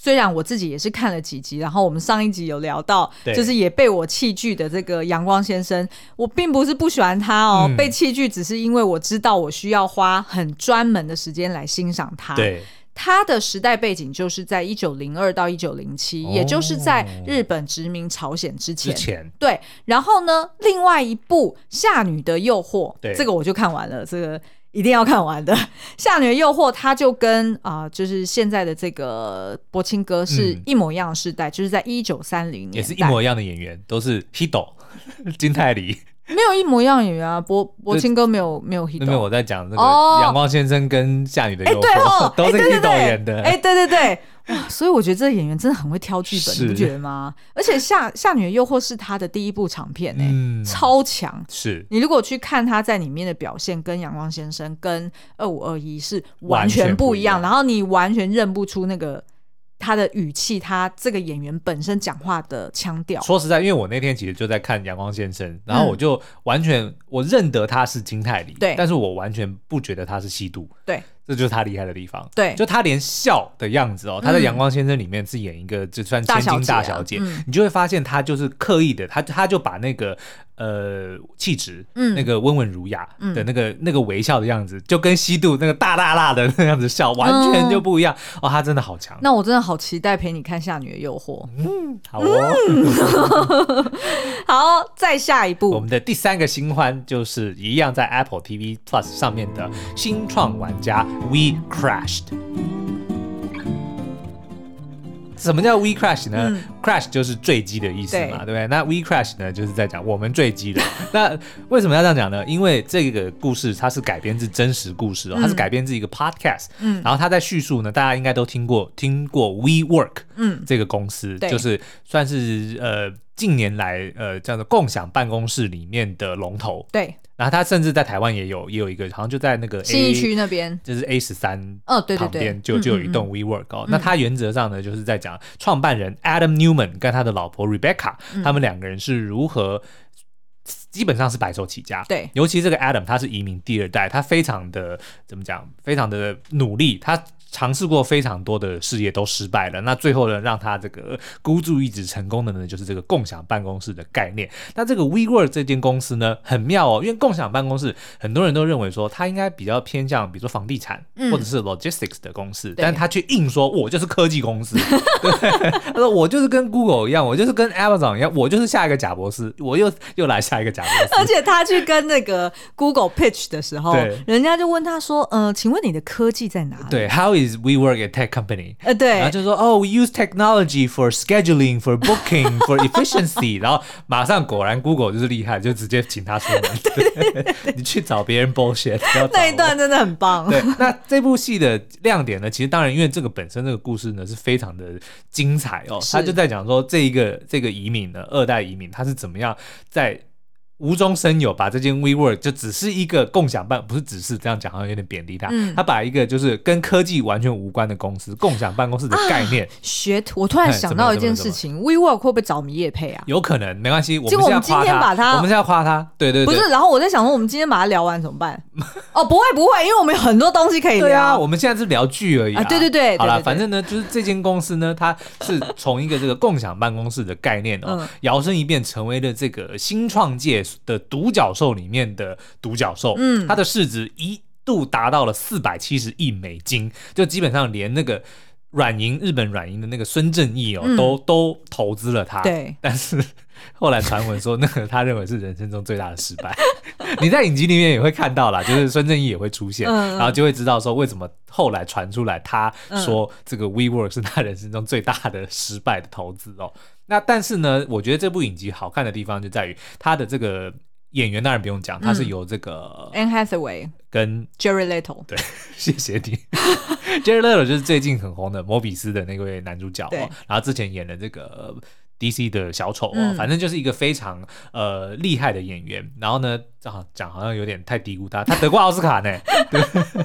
[SPEAKER 1] 虽然我自己也是看了几集，然后我们上一集有聊到，
[SPEAKER 2] 对
[SPEAKER 1] 就是也被我弃剧的这个阳光先生，我并不是不喜欢他哦，
[SPEAKER 2] 嗯
[SPEAKER 1] 被弃剧只是因为我知道我需要花很专门的时间来欣赏他。
[SPEAKER 2] 对，
[SPEAKER 1] 它的时代背景就是在一九零二到一九零七，
[SPEAKER 2] 哦
[SPEAKER 1] 也就是在日本殖民朝鲜之前。
[SPEAKER 2] 之前
[SPEAKER 1] 对，然后呢，另外一部《夏女的诱惑》，
[SPEAKER 2] 对
[SPEAKER 1] 这个我就看完了，这个一定要看完的《 夏女的诱惑》，它就跟啊、呃就是现在的这个柏青哥是
[SPEAKER 2] 嗯
[SPEAKER 1] 一模一样的时代，就是在一九三零年代，
[SPEAKER 2] 也是一模一样的演员，都是 Hido 金泰梨。
[SPEAKER 1] 没有一模一样的演员啊，柏柏青哥没有没有 hit
[SPEAKER 2] 那边我在讲那个
[SPEAKER 1] 哦
[SPEAKER 2] 《阳光先生》跟《夏雨的
[SPEAKER 1] 哎、
[SPEAKER 2] 诱惑
[SPEAKER 1] 对》哦，
[SPEAKER 2] 都是
[SPEAKER 1] 哎对对
[SPEAKER 2] Hido
[SPEAKER 1] 对
[SPEAKER 2] 演的。
[SPEAKER 1] 哎、对对对，哇！所以我觉得这个演员真的很会挑剧本，你不
[SPEAKER 2] 是
[SPEAKER 1] 觉得吗？而且夏《夏女的诱惑》是他的第一部长片、哎、
[SPEAKER 2] 嗯
[SPEAKER 1] 超强。
[SPEAKER 2] 是
[SPEAKER 1] 你如果去看他在里面的表现，跟《阳光先生》跟《二五二一》是完
[SPEAKER 2] 完全
[SPEAKER 1] 全不
[SPEAKER 2] 不
[SPEAKER 1] 一
[SPEAKER 2] 一
[SPEAKER 1] 样，
[SPEAKER 2] 样
[SPEAKER 1] 然后你完全认不出那个他的语气，他这个演员本身讲话的腔调。
[SPEAKER 2] 说实在，因为我那天其实就在看《阳光先生》，然后我就完全、我认得他是金泰梨，
[SPEAKER 1] 对
[SPEAKER 2] 但是我完全不觉得他是吸毒，
[SPEAKER 1] 对，
[SPEAKER 2] 这就是他厉害的地方。
[SPEAKER 1] 对
[SPEAKER 2] 就他连笑的样子哦，他
[SPEAKER 1] 嗯
[SPEAKER 2] 在《阳光先生》里面是演一个就算
[SPEAKER 1] 大
[SPEAKER 2] 千
[SPEAKER 1] 小
[SPEAKER 2] 金
[SPEAKER 1] 姐啊
[SPEAKER 2] 大小姐，
[SPEAKER 1] 嗯
[SPEAKER 2] 你就会发现他就是刻意的，他他就把那个呃气质，
[SPEAKER 1] 嗯
[SPEAKER 2] 那个温文儒雅的那个、那个微笑的样子，就跟吸毒那个大大辣的那样子笑完全就不一样、哦，他真的好强，
[SPEAKER 1] 嗯那我真的好期待陪你看《夏女的诱惑》。
[SPEAKER 2] 好哦。
[SPEAKER 1] 嗯好，再下一
[SPEAKER 2] 我
[SPEAKER 1] 部
[SPEAKER 2] 们的第三个新欢就是一样在 Apple TV Plus 上面的新创玩家 We Crashed。什么叫 We Crash 呢、c r a s h 就是坠机的意思嘛，
[SPEAKER 1] 嗯对
[SPEAKER 2] 对不对？那 We Crash 呢，就是在讲我们坠机 了。那为什么要这样讲呢？因为这个故事它是改编自真实故事、哦，
[SPEAKER 1] 嗯
[SPEAKER 2] 它是改编自一个 podcast，嗯，然后它在叙述呢，大家应该都听过听过 We Work，
[SPEAKER 1] 嗯
[SPEAKER 2] 嗯，这个公司
[SPEAKER 1] 对
[SPEAKER 2] 就是算是呃近年来呃叫做共享办公室里面的龙头，
[SPEAKER 1] 对
[SPEAKER 2] 然后它甚至在台湾也有也有一个，好像就在那个 A,
[SPEAKER 1] 信义区那边，
[SPEAKER 2] 就是 A 十三
[SPEAKER 1] 哦对对嗯
[SPEAKER 2] 旁
[SPEAKER 1] 对
[SPEAKER 2] 边就就有一栋 WeWork 哦。那它原则上呢，就是在讲创办人 Adam Newman 跟他的老婆 Rebecca，、他
[SPEAKER 1] 嗯
[SPEAKER 2] 们两个人是如何。基本上是白手起家，
[SPEAKER 1] 对
[SPEAKER 2] 尤其这个 Adam 他是移民第二代，他非常的怎么讲，非常的努力，他尝试过非常多的事业都失败了，那最后呢，让他这个孤注一掷成功的呢，就是这个共享办公室的概念。那这个 WeWork 这间公司呢，很妙哦，因为共享办公室，很多人都认为说它应该比较偏向，比如说房地产、
[SPEAKER 1] 嗯
[SPEAKER 2] 或者是 logistics 的公司，但他却硬说我就是科 技公司，对，他说我就是跟 Google 一样，我就是跟 Amazon 一样，我就是下一个贾博士，我又又来下一个贾博士。
[SPEAKER 1] 而且他去跟那个 Google pitch 的时候
[SPEAKER 2] 对，
[SPEAKER 1] 人家就问他说：“呃，请问你的科技在哪里？”，
[SPEAKER 2] 对，How is WeWork a tech company？
[SPEAKER 1] 呃，
[SPEAKER 2] 然
[SPEAKER 1] 对，
[SPEAKER 2] 后就说哦、w e use technology for scheduling, for booking, for efficiency。然后马上果然 Google 就是厉害，就直接请他出门。对 你去找别人 bullshit，不要找
[SPEAKER 1] 那一
[SPEAKER 2] 我
[SPEAKER 1] 段真的很棒。
[SPEAKER 2] 对，那这部戏的亮点呢，其实当然因为这个本身这个故事呢是非常的精彩哦，
[SPEAKER 1] 是
[SPEAKER 2] 他就在讲说这一个这个移民呢，二代移民他是怎么样在。无中生有，把这间 WeWork 就只是一个共享办，不是只是这样讲，好像有点贬低他。
[SPEAKER 1] 嗯
[SPEAKER 2] 他把一个就是跟科技完全无关的公司，共享办公室的概念，
[SPEAKER 1] 学徒，我突然
[SPEAKER 2] 哎
[SPEAKER 1] 想
[SPEAKER 2] 怎么
[SPEAKER 1] 到
[SPEAKER 2] 了
[SPEAKER 1] 一件
[SPEAKER 2] 怎
[SPEAKER 1] 事
[SPEAKER 2] 么了
[SPEAKER 1] 情，WeWork 会不会找我们叶配啊？
[SPEAKER 2] 有可能没关系。我
[SPEAKER 1] 结
[SPEAKER 2] 们
[SPEAKER 1] 果
[SPEAKER 2] 现
[SPEAKER 1] 我
[SPEAKER 2] 在
[SPEAKER 1] 们今
[SPEAKER 2] 夸
[SPEAKER 1] 天把它
[SPEAKER 2] 我们现在夸他，对对对，
[SPEAKER 1] 不是，然后我在想说，我们今天把它聊完怎么办？ 哦，不会不会，因为我们有很多东西可以
[SPEAKER 2] 对啊，
[SPEAKER 1] 聊。
[SPEAKER 2] 我们现在是聊剧而已、
[SPEAKER 1] 啊对对对
[SPEAKER 2] 好
[SPEAKER 1] 对
[SPEAKER 2] 了，
[SPEAKER 1] 对对
[SPEAKER 2] 反正呢，就是这间公司呢，它是从一个这个共享办公室的概念哦
[SPEAKER 1] 嗯，
[SPEAKER 2] 摇身一变成为了这个新创界的独角兽里面的独角兽。
[SPEAKER 1] 嗯
[SPEAKER 2] 它的市值一度达到了四百七十亿美金，就基本上连那个。软银日本软银的那个孙正义哦，
[SPEAKER 1] 嗯
[SPEAKER 2] 都都投资了他，
[SPEAKER 1] 对，
[SPEAKER 2] 但是后来传闻说，那个他认为是人生中最大的失败。你在影集里面也会看到啦，就是孙正义也会出现，
[SPEAKER 1] 嗯
[SPEAKER 2] 然后就会知道说为什么后来传出来他说这个 WeWork 是他人生中最大的失败的投资哦。那但是呢，我觉得这部影集好看的地方就在于它的这个演员，当然不用讲，他是由这个
[SPEAKER 1] Anne Hathaway、
[SPEAKER 2] 跟
[SPEAKER 1] Jerry Little，
[SPEAKER 2] 对，谢谢你。Jared Leto 就是最近很红的摩比斯的那位男主角、
[SPEAKER 1] 对
[SPEAKER 2] 哦，然后之前演了这个呃 DC 的小丑哦，
[SPEAKER 1] 嗯
[SPEAKER 2] 反正就是一个非常呃厉害的演员。然后呢，啊讲好像有点太低估他，他得过奥斯卡呢。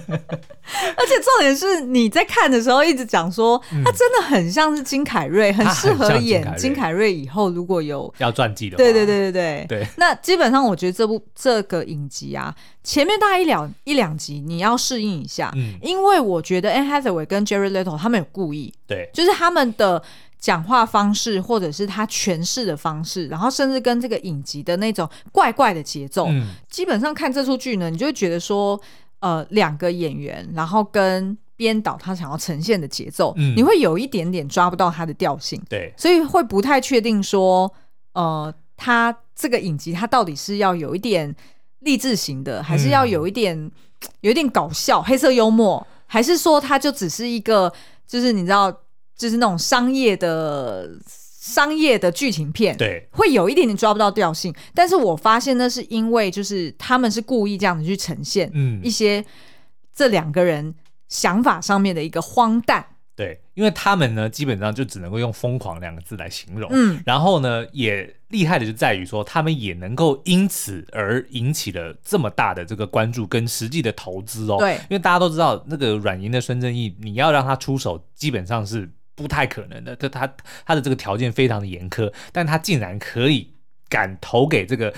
[SPEAKER 1] 而且重点是你在看的时候一直讲说，他真的很像是金凯瑞，很
[SPEAKER 2] 他嗯啊很
[SPEAKER 1] 适合
[SPEAKER 2] 像金
[SPEAKER 1] 演
[SPEAKER 2] 凯
[SPEAKER 1] 金
[SPEAKER 2] 瑞
[SPEAKER 1] 凯瑞。以后如果有
[SPEAKER 2] 要传记 的，
[SPEAKER 1] 对对，对对对
[SPEAKER 2] 对
[SPEAKER 1] 那基本上我觉得这部这个影集啊，前面大概一两一两集你要适应一下，
[SPEAKER 2] 嗯，
[SPEAKER 1] 因为我觉得 Anne Hathaway 跟 Jerry Little 他们有故意，
[SPEAKER 2] 对，
[SPEAKER 1] 就是他们的讲话方式或者是他诠释的方式，然后甚至跟这个影集的那种怪怪的节奏，
[SPEAKER 2] 嗯，
[SPEAKER 1] 基本上看这出剧呢，你就会觉得说，呃，两个演员，然后跟编导他想要呈现的节奏，
[SPEAKER 2] 嗯
[SPEAKER 1] 你会有一点点抓不到他的调性。
[SPEAKER 2] 对，
[SPEAKER 1] 所以会不太确定说，呃，他这个影集它到底是要有一点励志型的，还是要有一点有一点搞笑、黑色幽默，还是说它就只是一个就是你知道就是那种商业的商业的剧情片？
[SPEAKER 2] 对，
[SPEAKER 1] 会有一点点抓不到调性，但是我发现那是因为就是他们是故意这样子去呈现
[SPEAKER 2] 嗯
[SPEAKER 1] 一，些这两个人想法上面的一个荒诞，
[SPEAKER 2] 对，因为他们呢，基本上就只能够用疯狂两个字来形容。
[SPEAKER 1] 嗯，
[SPEAKER 2] 然后呢，也厉害的就在于说，他们也能够因此而引起了这么大的这个关注跟实际的投资哦。
[SPEAKER 1] 对
[SPEAKER 2] 因为大家都知道，那个软银的孙正义，你要让他出手，基本上是不太可能的。他他他的这个条件非常的严苛，但他竟然可以敢投给这个。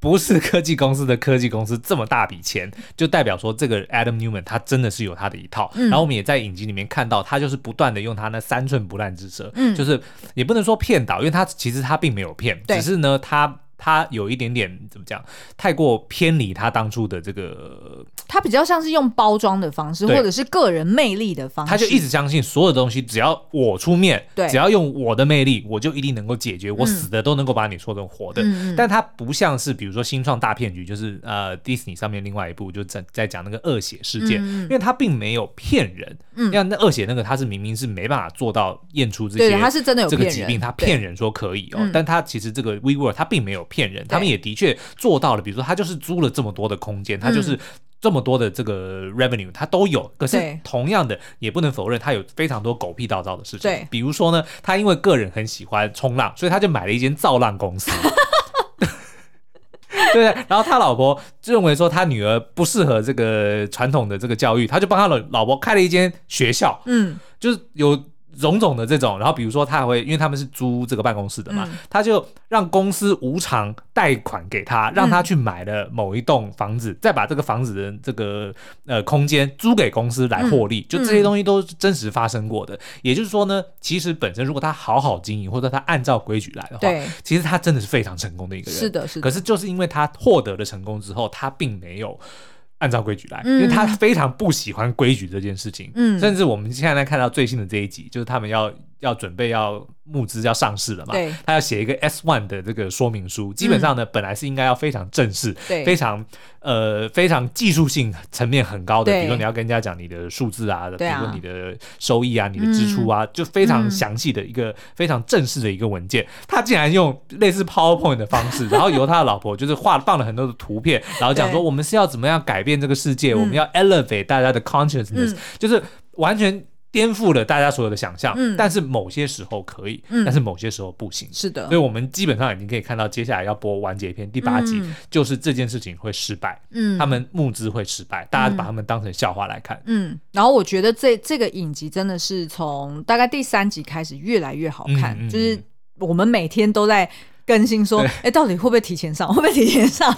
[SPEAKER 2] 不是科技公司的科技公司这么大笔钱，就代表说这个 Adam Newman 他真的是有他的一套。
[SPEAKER 1] 嗯
[SPEAKER 2] 然后我们也在影集里面看到，他就是不断的用他那三寸不烂之舌，
[SPEAKER 1] 嗯
[SPEAKER 2] 就是也不能说骗导，因为他其实他并没有骗，
[SPEAKER 1] 对
[SPEAKER 2] 只是呢他。他有一点点怎么讲，太过偏离他当初的这个
[SPEAKER 1] 它比较像是用包装的方式，
[SPEAKER 2] 对
[SPEAKER 1] 或者是个人魅力的方式，
[SPEAKER 2] 他就一直相信所有东西，只要我出面，
[SPEAKER 1] 对嗯
[SPEAKER 2] 只要用我的魅力，我就一定能够解决，我死的都能够把你说成活的。
[SPEAKER 1] 嗯嗯
[SPEAKER 2] 但他不像是比如说新创大骗局，就是呃 Disney 上面另外一部就在在讲那个恶血事件，
[SPEAKER 1] 嗯嗯
[SPEAKER 2] 因为他并没有骗人，
[SPEAKER 1] 嗯
[SPEAKER 2] 像那恶血那个他是明明是没办法做到验出这
[SPEAKER 1] 对
[SPEAKER 2] 些，
[SPEAKER 1] 的，他是真的有
[SPEAKER 2] 这
[SPEAKER 1] 骗
[SPEAKER 2] 个
[SPEAKER 1] 人，
[SPEAKER 2] 疾病，他
[SPEAKER 1] 对
[SPEAKER 2] 骗人说可以哦
[SPEAKER 1] 嗯，
[SPEAKER 2] 但他其实这个 WeWork 他并没有骗人，他们也的确做到了，比如说他就是租了这么多的空间，他就是。这么多的这个 revenue，他都有，可是
[SPEAKER 1] 嗯对
[SPEAKER 2] 同样的也不能否认，他有非常多狗屁倒灶的事情。
[SPEAKER 1] 对
[SPEAKER 2] 比如说呢，他因为个人很喜欢冲浪，所以他就买了一间造浪公司。 对，啊然后他老婆就认为说他女儿不适合这个传统的这个教育，他就帮他老老婆开了一间学校。
[SPEAKER 1] 嗯，
[SPEAKER 2] 就是有种种的这种，然后比如说他还会，因为他们是租这个办公室的嘛，
[SPEAKER 1] 嗯
[SPEAKER 2] 他就让公司无偿贷款给
[SPEAKER 1] 嗯
[SPEAKER 2] 他，让他去买了某一栋房子，再把这个房子的这个呃空间租给公司来
[SPEAKER 1] 嗯
[SPEAKER 2] 获利，就这些东西都是真实发生过的。也就是说呢，其实本身如果他好好经营，或者他按照规矩来的话，
[SPEAKER 1] 对，
[SPEAKER 2] 其实他真的是非常成功的一个人。
[SPEAKER 1] 是的，是
[SPEAKER 2] 可
[SPEAKER 1] 的，
[SPEAKER 2] 是就是因为他获得了成功之后，他并没有按照规矩来，
[SPEAKER 1] 嗯
[SPEAKER 2] 因为他非常不喜欢规矩这件事情。
[SPEAKER 1] 嗯
[SPEAKER 2] 甚至我们现在看到最新的这一集，就是他们要要准备要募资要上市了嘛，
[SPEAKER 1] 对嗯
[SPEAKER 2] 他要写一个 S one 的这个说明书。基本上呢，本来是应该要非常正式，
[SPEAKER 1] 对
[SPEAKER 2] 非常呃非常技术性层面很高的，
[SPEAKER 1] 对
[SPEAKER 2] 比如说你要跟人家讲你的数字啊，比
[SPEAKER 1] 对
[SPEAKER 2] 如
[SPEAKER 1] 啊嗯
[SPEAKER 2] 说你的收益啊、你的支出啊，就非常详细的一个、非常正式的一个文件。他竟然用类似 PowerPoint 的 方式，然后由他的老婆就是画放了很多的图片，然后讲说
[SPEAKER 1] 对
[SPEAKER 2] 我们是要怎么样改变这个世界，
[SPEAKER 1] 嗯
[SPEAKER 2] 我们要 elevate 大家的 consciousness，、
[SPEAKER 1] 嗯
[SPEAKER 2] 就是完全。颠覆了大家所有的想象，
[SPEAKER 1] 嗯
[SPEAKER 2] 但是某些时候可以，
[SPEAKER 1] 嗯
[SPEAKER 2] 但是某些时候不行。
[SPEAKER 1] 是的
[SPEAKER 2] 所以，我们基本上已经可以看到，接下来要播完结篇第八集，
[SPEAKER 1] 嗯
[SPEAKER 2] 就是这件事情会失败，
[SPEAKER 1] 嗯
[SPEAKER 2] 他们募资会失败，大家把他们当成笑话来看。
[SPEAKER 1] 嗯，然后我觉得这这个影集真的是从大概第三集开始越来越好看，
[SPEAKER 2] 嗯嗯嗯
[SPEAKER 1] 就是我们每天都在更新说，
[SPEAKER 2] 对
[SPEAKER 1] 哎、到底会不会提前上？会不 会提前上？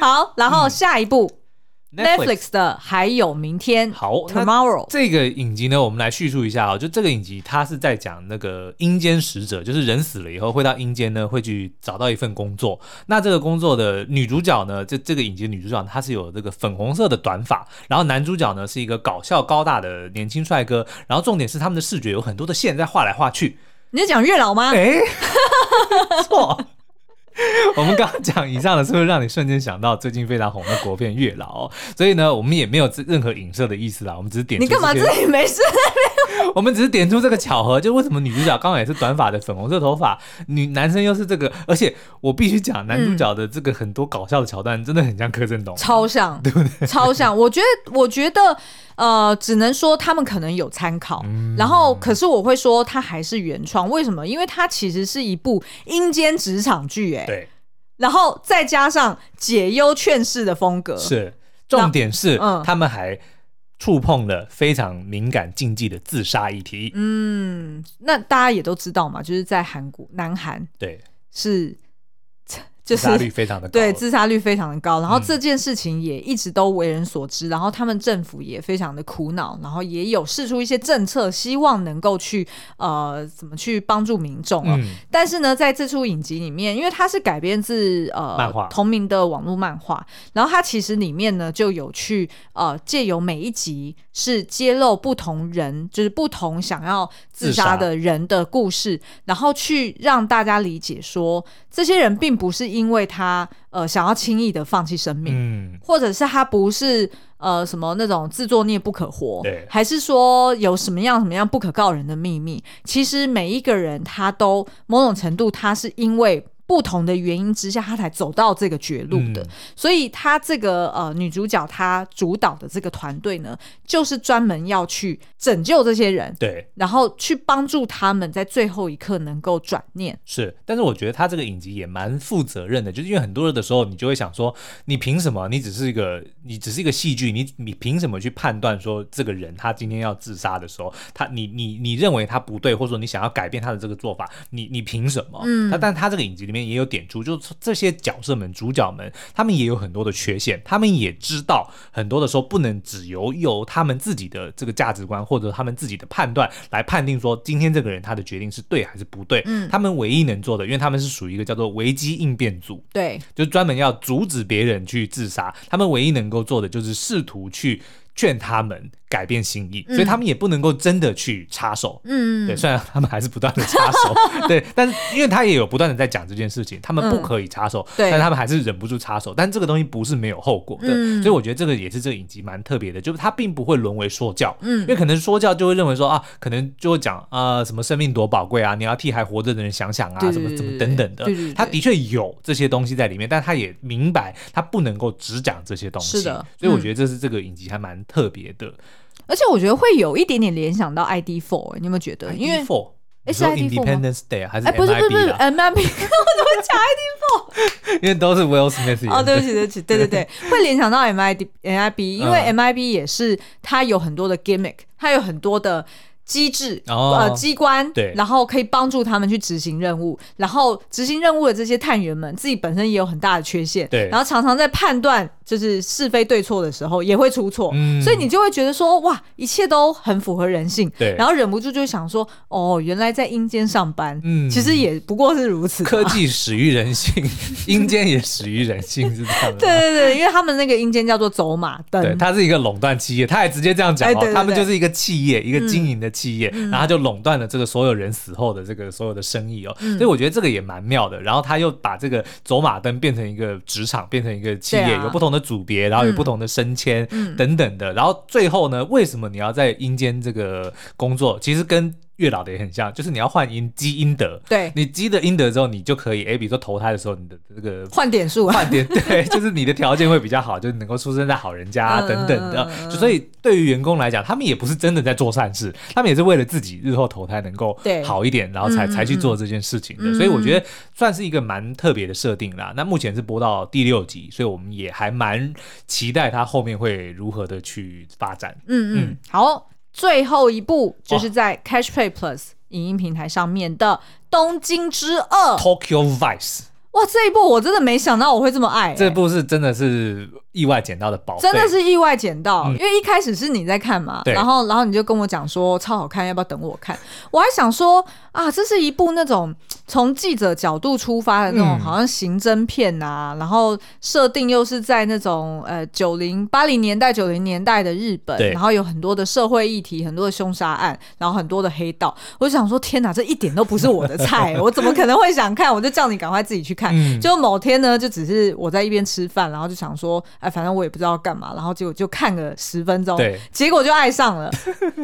[SPEAKER 1] 好，然后下一步、Netflix 的还有明天
[SPEAKER 2] 嗯好那
[SPEAKER 1] Tomorrow，
[SPEAKER 2] 这个影集呢，我们来叙述一下啊、就这个影集，它是在讲那个阴间使者，就是人死了以后会到阴间呢，会去找到一份工作。那这个工作的女主角呢，这这个影集的女主角她是有这个粉红色的短发，然后男主角呢是一个搞笑高大的年轻帅哥，然后重点是他们的视觉有很多的线在画来画去，
[SPEAKER 1] 你在讲月老吗？
[SPEAKER 2] 哎、错。我们刚刚讲以上的，是不是让你瞬间想到最近非常红的国片《月老》哦？所以呢，我们也没有任何影射的意思啦，我们只是点
[SPEAKER 1] 你
[SPEAKER 2] 出
[SPEAKER 1] 干嘛
[SPEAKER 2] 这
[SPEAKER 1] 自
[SPEAKER 2] 些
[SPEAKER 1] 己没事？
[SPEAKER 2] 我们只是点出这个巧合，就为什么女主角刚好也是短发的粉红色头发，女男生又是这个，而且我必须讲，男主角的这个很多搞笑的桥段真的很像柯震东。
[SPEAKER 1] 超像， 对不对？超像。我觉得，我觉得，呃，只能说他们可能有参考，然后可是我会说它还是原创。为什么？因为它其实是一部阴间职场剧，哎，
[SPEAKER 2] 对，
[SPEAKER 1] 然后再加上解忧劝世的风格，
[SPEAKER 2] 是重点是、
[SPEAKER 1] 嗯
[SPEAKER 2] 他们还触碰了非常敏感禁忌的自杀议题。
[SPEAKER 1] 嗯，那大家也都知道嘛，就是在韩国，南韩
[SPEAKER 2] 对，
[SPEAKER 1] 是 就
[SPEAKER 2] 自杀
[SPEAKER 1] 是
[SPEAKER 2] 率。非常的高。
[SPEAKER 1] 对，自杀率非常的高，然后
[SPEAKER 2] 嗯
[SPEAKER 1] 这件事情也一直都为人所知，然后他们政府也非常的苦恼，然后也有试出一些政策，希望能够去呃怎么去帮助民众哦。
[SPEAKER 2] 嗯，
[SPEAKER 1] 但是呢，在这出影集里面，因为它是改编自呃
[SPEAKER 2] 漫画
[SPEAKER 1] 同名的网络漫画，然后它其实里面呢就有去呃借由每一集是揭露不同人，就是不同想要自杀的人的故事，然后去让大家理解说，这些人并不是因为他呃想要轻易的放弃生命，
[SPEAKER 2] 嗯，
[SPEAKER 1] 或者是他不是呃什么那种自作孽不可活
[SPEAKER 2] 对，
[SPEAKER 1] 还是说有什么样什么样不可告人的秘密？其实每一个人他都某种程度他是因为。不同的原因之下，他才走到这个绝路的。
[SPEAKER 2] 嗯
[SPEAKER 1] 所以，他这个呃女主角她主导的这个团队呢，就是专门要去拯救这些人，
[SPEAKER 2] 对，
[SPEAKER 1] 然后去帮助他们在最后一刻能够转念。
[SPEAKER 2] 是，但是我觉得他这个影集也蛮负责任的，就是因为很多的时候，你就会想说，你凭什么？你只是一个，你只是一个戏剧，你你凭什么去判断说这个人他今天要自杀的时候，他你你你认为他不对，或者说你想要改变他的这个做法，你你凭什么？嗯，他但他这个影集里面也有点出，就是这些角色们、主角们，他们也有很多的缺陷，他们也知道很多的时候不能只由由他们自己的这个价值观或者他们自己的判断来判定说今天这个人他的决定是对还是不对。嗯，他们唯一能做的，因为他们是属于一个叫做危机应变组，
[SPEAKER 1] 对，
[SPEAKER 2] 就是专门要阻止别人去自杀。他们唯一能够做的就是试图去劝他们改变心意，所以他们也不能够真的去插手。
[SPEAKER 1] 嗯，
[SPEAKER 2] 对，虽然他们还是不断的插 手，对，但是因为他也有不断的在讲这件事情，他们不可以插手，
[SPEAKER 1] 嗯对
[SPEAKER 2] 但他们还是忍不住插手。但这个东西不是没有后果的，
[SPEAKER 1] 嗯
[SPEAKER 2] 所以我觉得这个也是这个影集蛮特别的，就是它并不会沦为说教，
[SPEAKER 1] 嗯
[SPEAKER 2] 因为可能说教就会认为说啊，可能就会讲啊、呃什么生命多宝贵啊，你要替还活着的人想想啊，
[SPEAKER 1] 对
[SPEAKER 2] 什么
[SPEAKER 1] 对
[SPEAKER 2] 什么
[SPEAKER 1] 对
[SPEAKER 2] 等等的
[SPEAKER 1] 对对对，
[SPEAKER 2] 他的确有这些东西在里面，但他也明白他不能够只讲这些东西，
[SPEAKER 1] 是的
[SPEAKER 2] 所以我
[SPEAKER 1] 嗯
[SPEAKER 2] 觉得这是这个影集还蛮特别的，
[SPEAKER 1] 而且我觉得会有一点点联想到 ID Four，、你有没欸有觉得？因为哎
[SPEAKER 2] ID4 E 你
[SPEAKER 1] 是
[SPEAKER 2] 说
[SPEAKER 1] ID4 吗
[SPEAKER 2] Independence Day 还是
[SPEAKER 1] 哎、不是不是不
[SPEAKER 2] MIB
[SPEAKER 1] 是
[SPEAKER 2] 啊？
[SPEAKER 1] M M P，我怎么讲 ID？
[SPEAKER 2] 因为都是 Will Smith 演的
[SPEAKER 1] 哦，对不起，对不起，对对 对，会联想到 M I D M I B，因为
[SPEAKER 2] 嗯
[SPEAKER 1] M I B 也是它有很多的 gimmick，它有很多的机制。
[SPEAKER 2] 哦
[SPEAKER 1] 呃，机关
[SPEAKER 2] 对
[SPEAKER 1] 然后可以帮助他们去执行任务，然后执行任务的这些探员们自己本身也有很大的缺陷，
[SPEAKER 2] 对
[SPEAKER 1] 然后常常在判断就是是非对错的时候也会出错，
[SPEAKER 2] 嗯
[SPEAKER 1] 所以你就会觉得说哇，一切都很符合人性，
[SPEAKER 2] 对
[SPEAKER 1] 然后忍不住就会想说哦，原来在阴间上班，
[SPEAKER 2] 嗯
[SPEAKER 1] 其实也不过是如此嘛，
[SPEAKER 2] 科技始于人性， 阴间也始于人性，是这样的吗。
[SPEAKER 1] 对对对，因为他们那个阴间叫做走马灯，
[SPEAKER 2] 对，它是一个垄断企业，他还直接这样
[SPEAKER 1] 嗯
[SPEAKER 2] 讲
[SPEAKER 1] 哎
[SPEAKER 2] 哦，
[SPEAKER 1] 对对对嗯
[SPEAKER 2] 他们就是一个企业，一个经营的企业，然后他就垄断了这个所有人死后的这个所有的生意哦，
[SPEAKER 1] 嗯
[SPEAKER 2] 所以我觉得这个也蛮妙的。然后他又把这个走马灯变成一个职场，变成一个企业，
[SPEAKER 1] 对啊嗯
[SPEAKER 2] 有不同的组别，然后有不同的升迁、等等的。然后最后呢，为什么你要在阴间这个工作？其实跟月老的也很像，就是你要换阴积阴德，
[SPEAKER 1] 对
[SPEAKER 2] 你积的阴德之后，你就可以，哎，比如说投胎的时候，你的这个
[SPEAKER 1] 换点数啊，
[SPEAKER 2] 换 点对，就是你的条件会比较好，就是能够出生在好人家、啊、
[SPEAKER 1] 嗯
[SPEAKER 2] 等等的
[SPEAKER 1] 嗯嗯。嗯
[SPEAKER 2] 就所以对于员工来讲，他们也不是真的在做善事，他们也是为了自己日后投胎能够
[SPEAKER 1] 对
[SPEAKER 2] 好一点，然后才
[SPEAKER 1] 嗯嗯
[SPEAKER 2] 才去做这件事情的。
[SPEAKER 1] 嗯
[SPEAKER 2] 所以我觉得算是一个蛮特别的设定啦。那目前是播到第六集，所以我们也还蛮期待它后面会如何的去发展。
[SPEAKER 1] 嗯嗯
[SPEAKER 2] 嗯，
[SPEAKER 1] 好，最后一步就是在 Catch Play Plus 影音平台上面的《东京之二》，
[SPEAKER 2] Tokyo Vice
[SPEAKER 1] 哇，这一部我真的没想到我会这么爱、
[SPEAKER 2] 这
[SPEAKER 1] 哎
[SPEAKER 2] 部是真的是意外捡到的宝贝，
[SPEAKER 1] 真的是意外捡到，因为一开始是你在看嘛，
[SPEAKER 2] 嗯对
[SPEAKER 1] 然后然后你就跟我讲说超好看，要不要等我看？我还想说啊，这是一部那种从记者角度出发的那种，
[SPEAKER 2] 嗯
[SPEAKER 1] 好像刑侦片呐、然后设定又是在那种呃九零八零年代九零年代的日本，
[SPEAKER 2] 对
[SPEAKER 1] 然后有很多的社会议题，很多的凶杀案，然后很多的黑道。我就想说，天哪，这一点都不是我的 菜，我怎么可能会想看？我就叫你赶快自己去看。
[SPEAKER 2] 嗯
[SPEAKER 1] 就某天呢，就只是我在一边吃饭，然后就想说，哎，反正我也不知道干嘛，然后结果就看个十分钟，
[SPEAKER 2] 对，
[SPEAKER 1] 结果就爱上 了，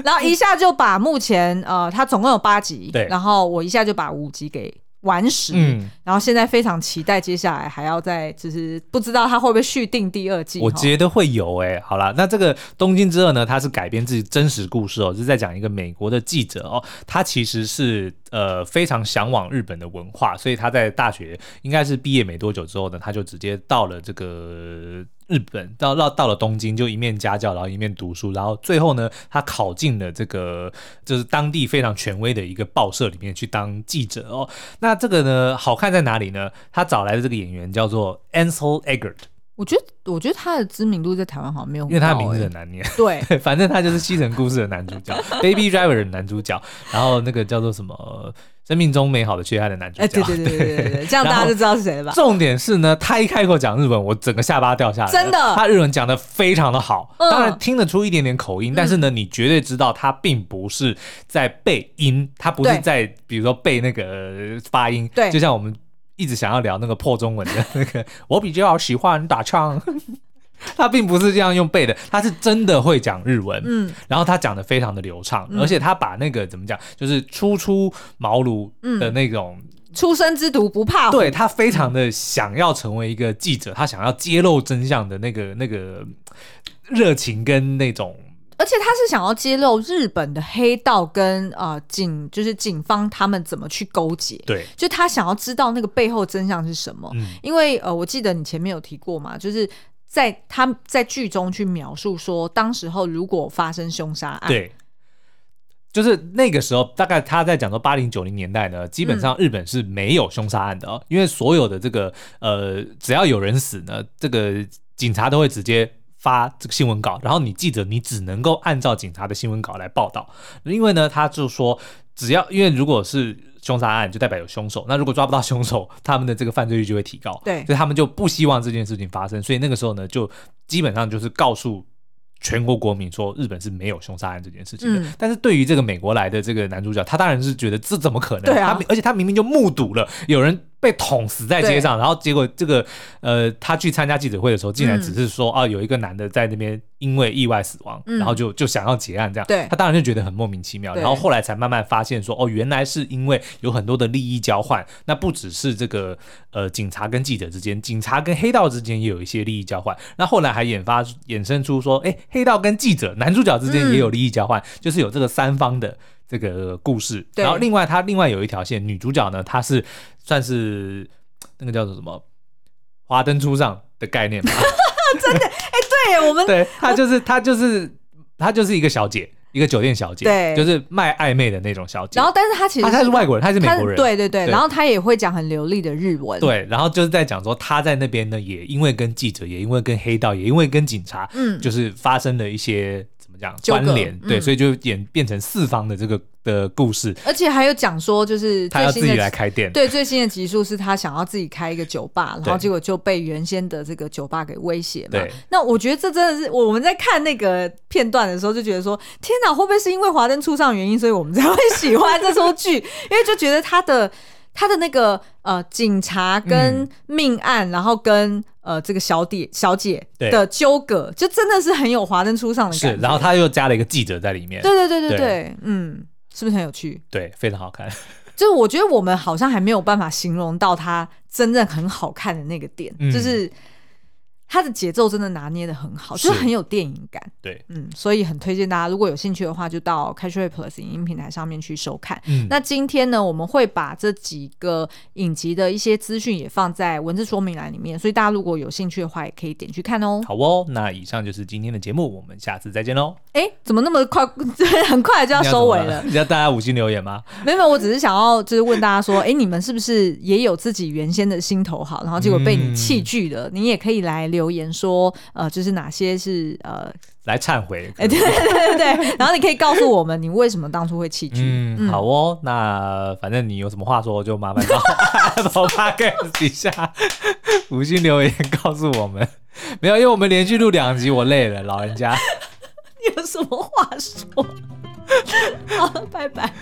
[SPEAKER 1] 然后一下就把目前呃，它总共有八集，
[SPEAKER 2] 对
[SPEAKER 1] 然后我一下就把五集给完食，
[SPEAKER 2] 嗯，
[SPEAKER 1] 然后现在非常期待接下来还要再，就是不知道它会不会续订第二季，
[SPEAKER 2] 我
[SPEAKER 1] 哈
[SPEAKER 2] 觉得会有诶、好啦，那这个《东京之二》呢，它是改编自真实故事哦，是在讲一个美国的记者哦，他其实是呃非常向往日本的文化，所以他在大学应该是毕业没多久之后呢，他就直接到了这个。日本到到到了东京，就一面家教，然后一面读书，然后最后呢，他考进了这个就是当地非常权威的一个报社里面去当记者哦。那这个呢，好看在哪里呢？他找来的这个演员叫做 Ansel Eggert，
[SPEAKER 1] 我觉得我觉得它的知名度在台湾好像没有
[SPEAKER 2] 因
[SPEAKER 1] 很
[SPEAKER 2] 为
[SPEAKER 1] 高欸，
[SPEAKER 2] 他的名字很难念。
[SPEAKER 1] 对，
[SPEAKER 2] 对，反正他就是《西城故事》的男主角，Baby Driver 的男主角，然后那个叫做什么呃《生命中美好的缺憾》的男主
[SPEAKER 1] 哎，
[SPEAKER 2] 角
[SPEAKER 1] 对。 对对对对对对，这样大
[SPEAKER 2] 然
[SPEAKER 1] 家
[SPEAKER 2] 后
[SPEAKER 1] 就知道是 谁了吧？
[SPEAKER 2] 重点是呢，他一开口讲日文，我整个下巴掉下来了。
[SPEAKER 1] 真的
[SPEAKER 2] 他日文讲的非常的好，
[SPEAKER 1] 嗯
[SPEAKER 2] 当然听得出一点点口音，但是呢，你绝对知道他并不是在背音，他不是
[SPEAKER 1] 对
[SPEAKER 2] 在比如说背那个呃发音，
[SPEAKER 1] 对
[SPEAKER 2] 就像我们。一直想要聊那个破中文的那个，我比较喜欢打唱。 他并不是这样用背的，他是真的会讲日文，
[SPEAKER 1] 嗯
[SPEAKER 2] 然后他讲的非常的流畅，
[SPEAKER 1] 嗯
[SPEAKER 2] 而且他把那个怎么讲，就是初出茅庐的
[SPEAKER 1] 嗯
[SPEAKER 2] 那种，
[SPEAKER 1] 出生之犊不怕虎，
[SPEAKER 2] 对他非常的想要成为一个记者，他想要揭露真相的那个那个热情跟那种。
[SPEAKER 1] 而且他是想要揭露日本的黑道跟啊、呃警，就是警方他们怎么去勾结，
[SPEAKER 2] 对，
[SPEAKER 1] 就他想要知道那个背后真相是什么。
[SPEAKER 2] 嗯
[SPEAKER 1] 因为呃，我记得你前面有提过嘛，就是在他在剧中去描述说，当时候如果发生凶杀案，
[SPEAKER 2] 对，就是那个时候，大概他在讲说八零九零年代呢，基本上日本是没有凶杀案的、哦，因为所有的这个呃，只要有人死呢，这个警察都会直接。发这个新闻稿，然后你记者你只能够按照警察的新闻稿来报道，因为呢，他就说只要因为如果是凶杀案，就代表有凶手，那如果抓不到凶手，他们的这个犯罪率就会提高，
[SPEAKER 1] 对
[SPEAKER 2] 所以他们就不希望这件事情发生，所以那个时候呢，就基本上就是告诉全国国民说日本是没有凶杀案这件事情的。
[SPEAKER 1] 嗯
[SPEAKER 2] 但是对于这个美国来的这个男主角，他当然是觉得这怎么可能？
[SPEAKER 1] 对啊
[SPEAKER 2] 他明而且他明明就目睹了有人被捅死在街上，然后结果这个呃，他去参加记者会的时候，竟然
[SPEAKER 1] 嗯
[SPEAKER 2] 只是说、啊，有一个男的在那边因为意外死亡，
[SPEAKER 1] 嗯
[SPEAKER 2] 然后就就想要结案这样。
[SPEAKER 1] 对
[SPEAKER 2] 他当然就觉得很莫名其妙。
[SPEAKER 1] 对
[SPEAKER 2] 然后后来才慢慢发现说，哦，原来是因为有很多的利益交换，那不只是这个呃警察跟记者之间，警察跟黑道之间也有一些利益交换。那后来还研发衍生出说，哎，黑道跟记者男主角之间也有利益交换，就是有这个三方的。这个故事，
[SPEAKER 1] 对
[SPEAKER 2] 然后另外他另外有一条线，女主角呢，她是算是那个叫做什么《华灯初上》的概念吧？
[SPEAKER 1] 对，哎 我们
[SPEAKER 2] 对，她就是她就是她就是一个小姐，一个酒店小姐，
[SPEAKER 1] 对
[SPEAKER 2] 就是卖暧昧的那种小姐。
[SPEAKER 1] 然后但是他其实
[SPEAKER 2] 她啊她是外国人，她是美
[SPEAKER 1] 他
[SPEAKER 2] 国人，
[SPEAKER 1] 对对对，
[SPEAKER 2] 对
[SPEAKER 1] 然后他也会讲很流利的日文，
[SPEAKER 2] 对，然后就是在讲说她在那边呢，也因为跟记者，也因为跟黑道，也因为跟警察，
[SPEAKER 1] 嗯
[SPEAKER 2] 就是发生了一些怎么讲
[SPEAKER 1] 纠葛
[SPEAKER 2] 关联，对，
[SPEAKER 1] 嗯
[SPEAKER 2] 所以就演变成四方的这个的故事。
[SPEAKER 1] 而且还有讲说就是
[SPEAKER 2] 她
[SPEAKER 1] 最
[SPEAKER 2] 要
[SPEAKER 1] 新
[SPEAKER 2] 自
[SPEAKER 1] 的
[SPEAKER 2] 己来开店，
[SPEAKER 1] 对最新的集数是他想要自己开一个酒吧，然后
[SPEAKER 2] 对
[SPEAKER 1] 结果就被原先的这个酒吧给威胁嘛
[SPEAKER 2] 对。
[SPEAKER 1] 那我觉得这真的是我们在看那个片段的时候就觉得说，天哪，会不会是因为《华灯初上》原因，所以我们才会喜欢这出剧？ 因为就觉得他的他的那个呃警察跟
[SPEAKER 2] 嗯
[SPEAKER 1] 命案，然后跟呃这个小姐小姐
[SPEAKER 2] 嗯对
[SPEAKER 1] 的纠葛，就真的是很有《华灯初上》的感
[SPEAKER 2] 是，
[SPEAKER 1] 觉。
[SPEAKER 2] 然后她又加了一个记者在里面，
[SPEAKER 1] 对对对对
[SPEAKER 2] 对
[SPEAKER 1] 对，嗯，是不是很有趣？
[SPEAKER 2] 对，非常好看。
[SPEAKER 1] 就是我觉得我们好像还没有办法形容到它真正很好看的那个点，
[SPEAKER 2] 嗯
[SPEAKER 1] 就是它的节奏真的拿捏的很好，
[SPEAKER 2] 是
[SPEAKER 1] 就是很有电影感。
[SPEAKER 2] 对，
[SPEAKER 1] 嗯，所以很推荐大家，如果有兴趣的话，就到 Catchplay Plus 影音平台上面去收看。
[SPEAKER 2] 嗯，
[SPEAKER 1] 那今天呢，我们会把这几个影集的一些资讯也放在文字说明栏里面，所以大家如果有兴趣的话，也可以点去看哦。
[SPEAKER 2] 好哦，那以上就是今天的节目，我们下次再见喽。
[SPEAKER 1] 哎，怎么那么快， 很快就要收尾了？
[SPEAKER 2] 你要大家五星留言吗？
[SPEAKER 1] 没有，没有我只是想要就是问大家说，哎、你们是不是也有自己原先的心头好，然后结果被你弃剧了？你也可以来留言说，呃，就是哪些是呃，
[SPEAKER 2] 来忏悔。
[SPEAKER 1] 哎、对对对对，然后你可以告诉我们你为什么当初会弃 剧。
[SPEAKER 2] 嗯，好哦，那反正你有什么话说，就麻烦 到 Apple Podcast 底下五星留言告诉我们。没有，因为我们连续录两集，我累了，老人家。
[SPEAKER 1] 你有什么话说？好，拜拜。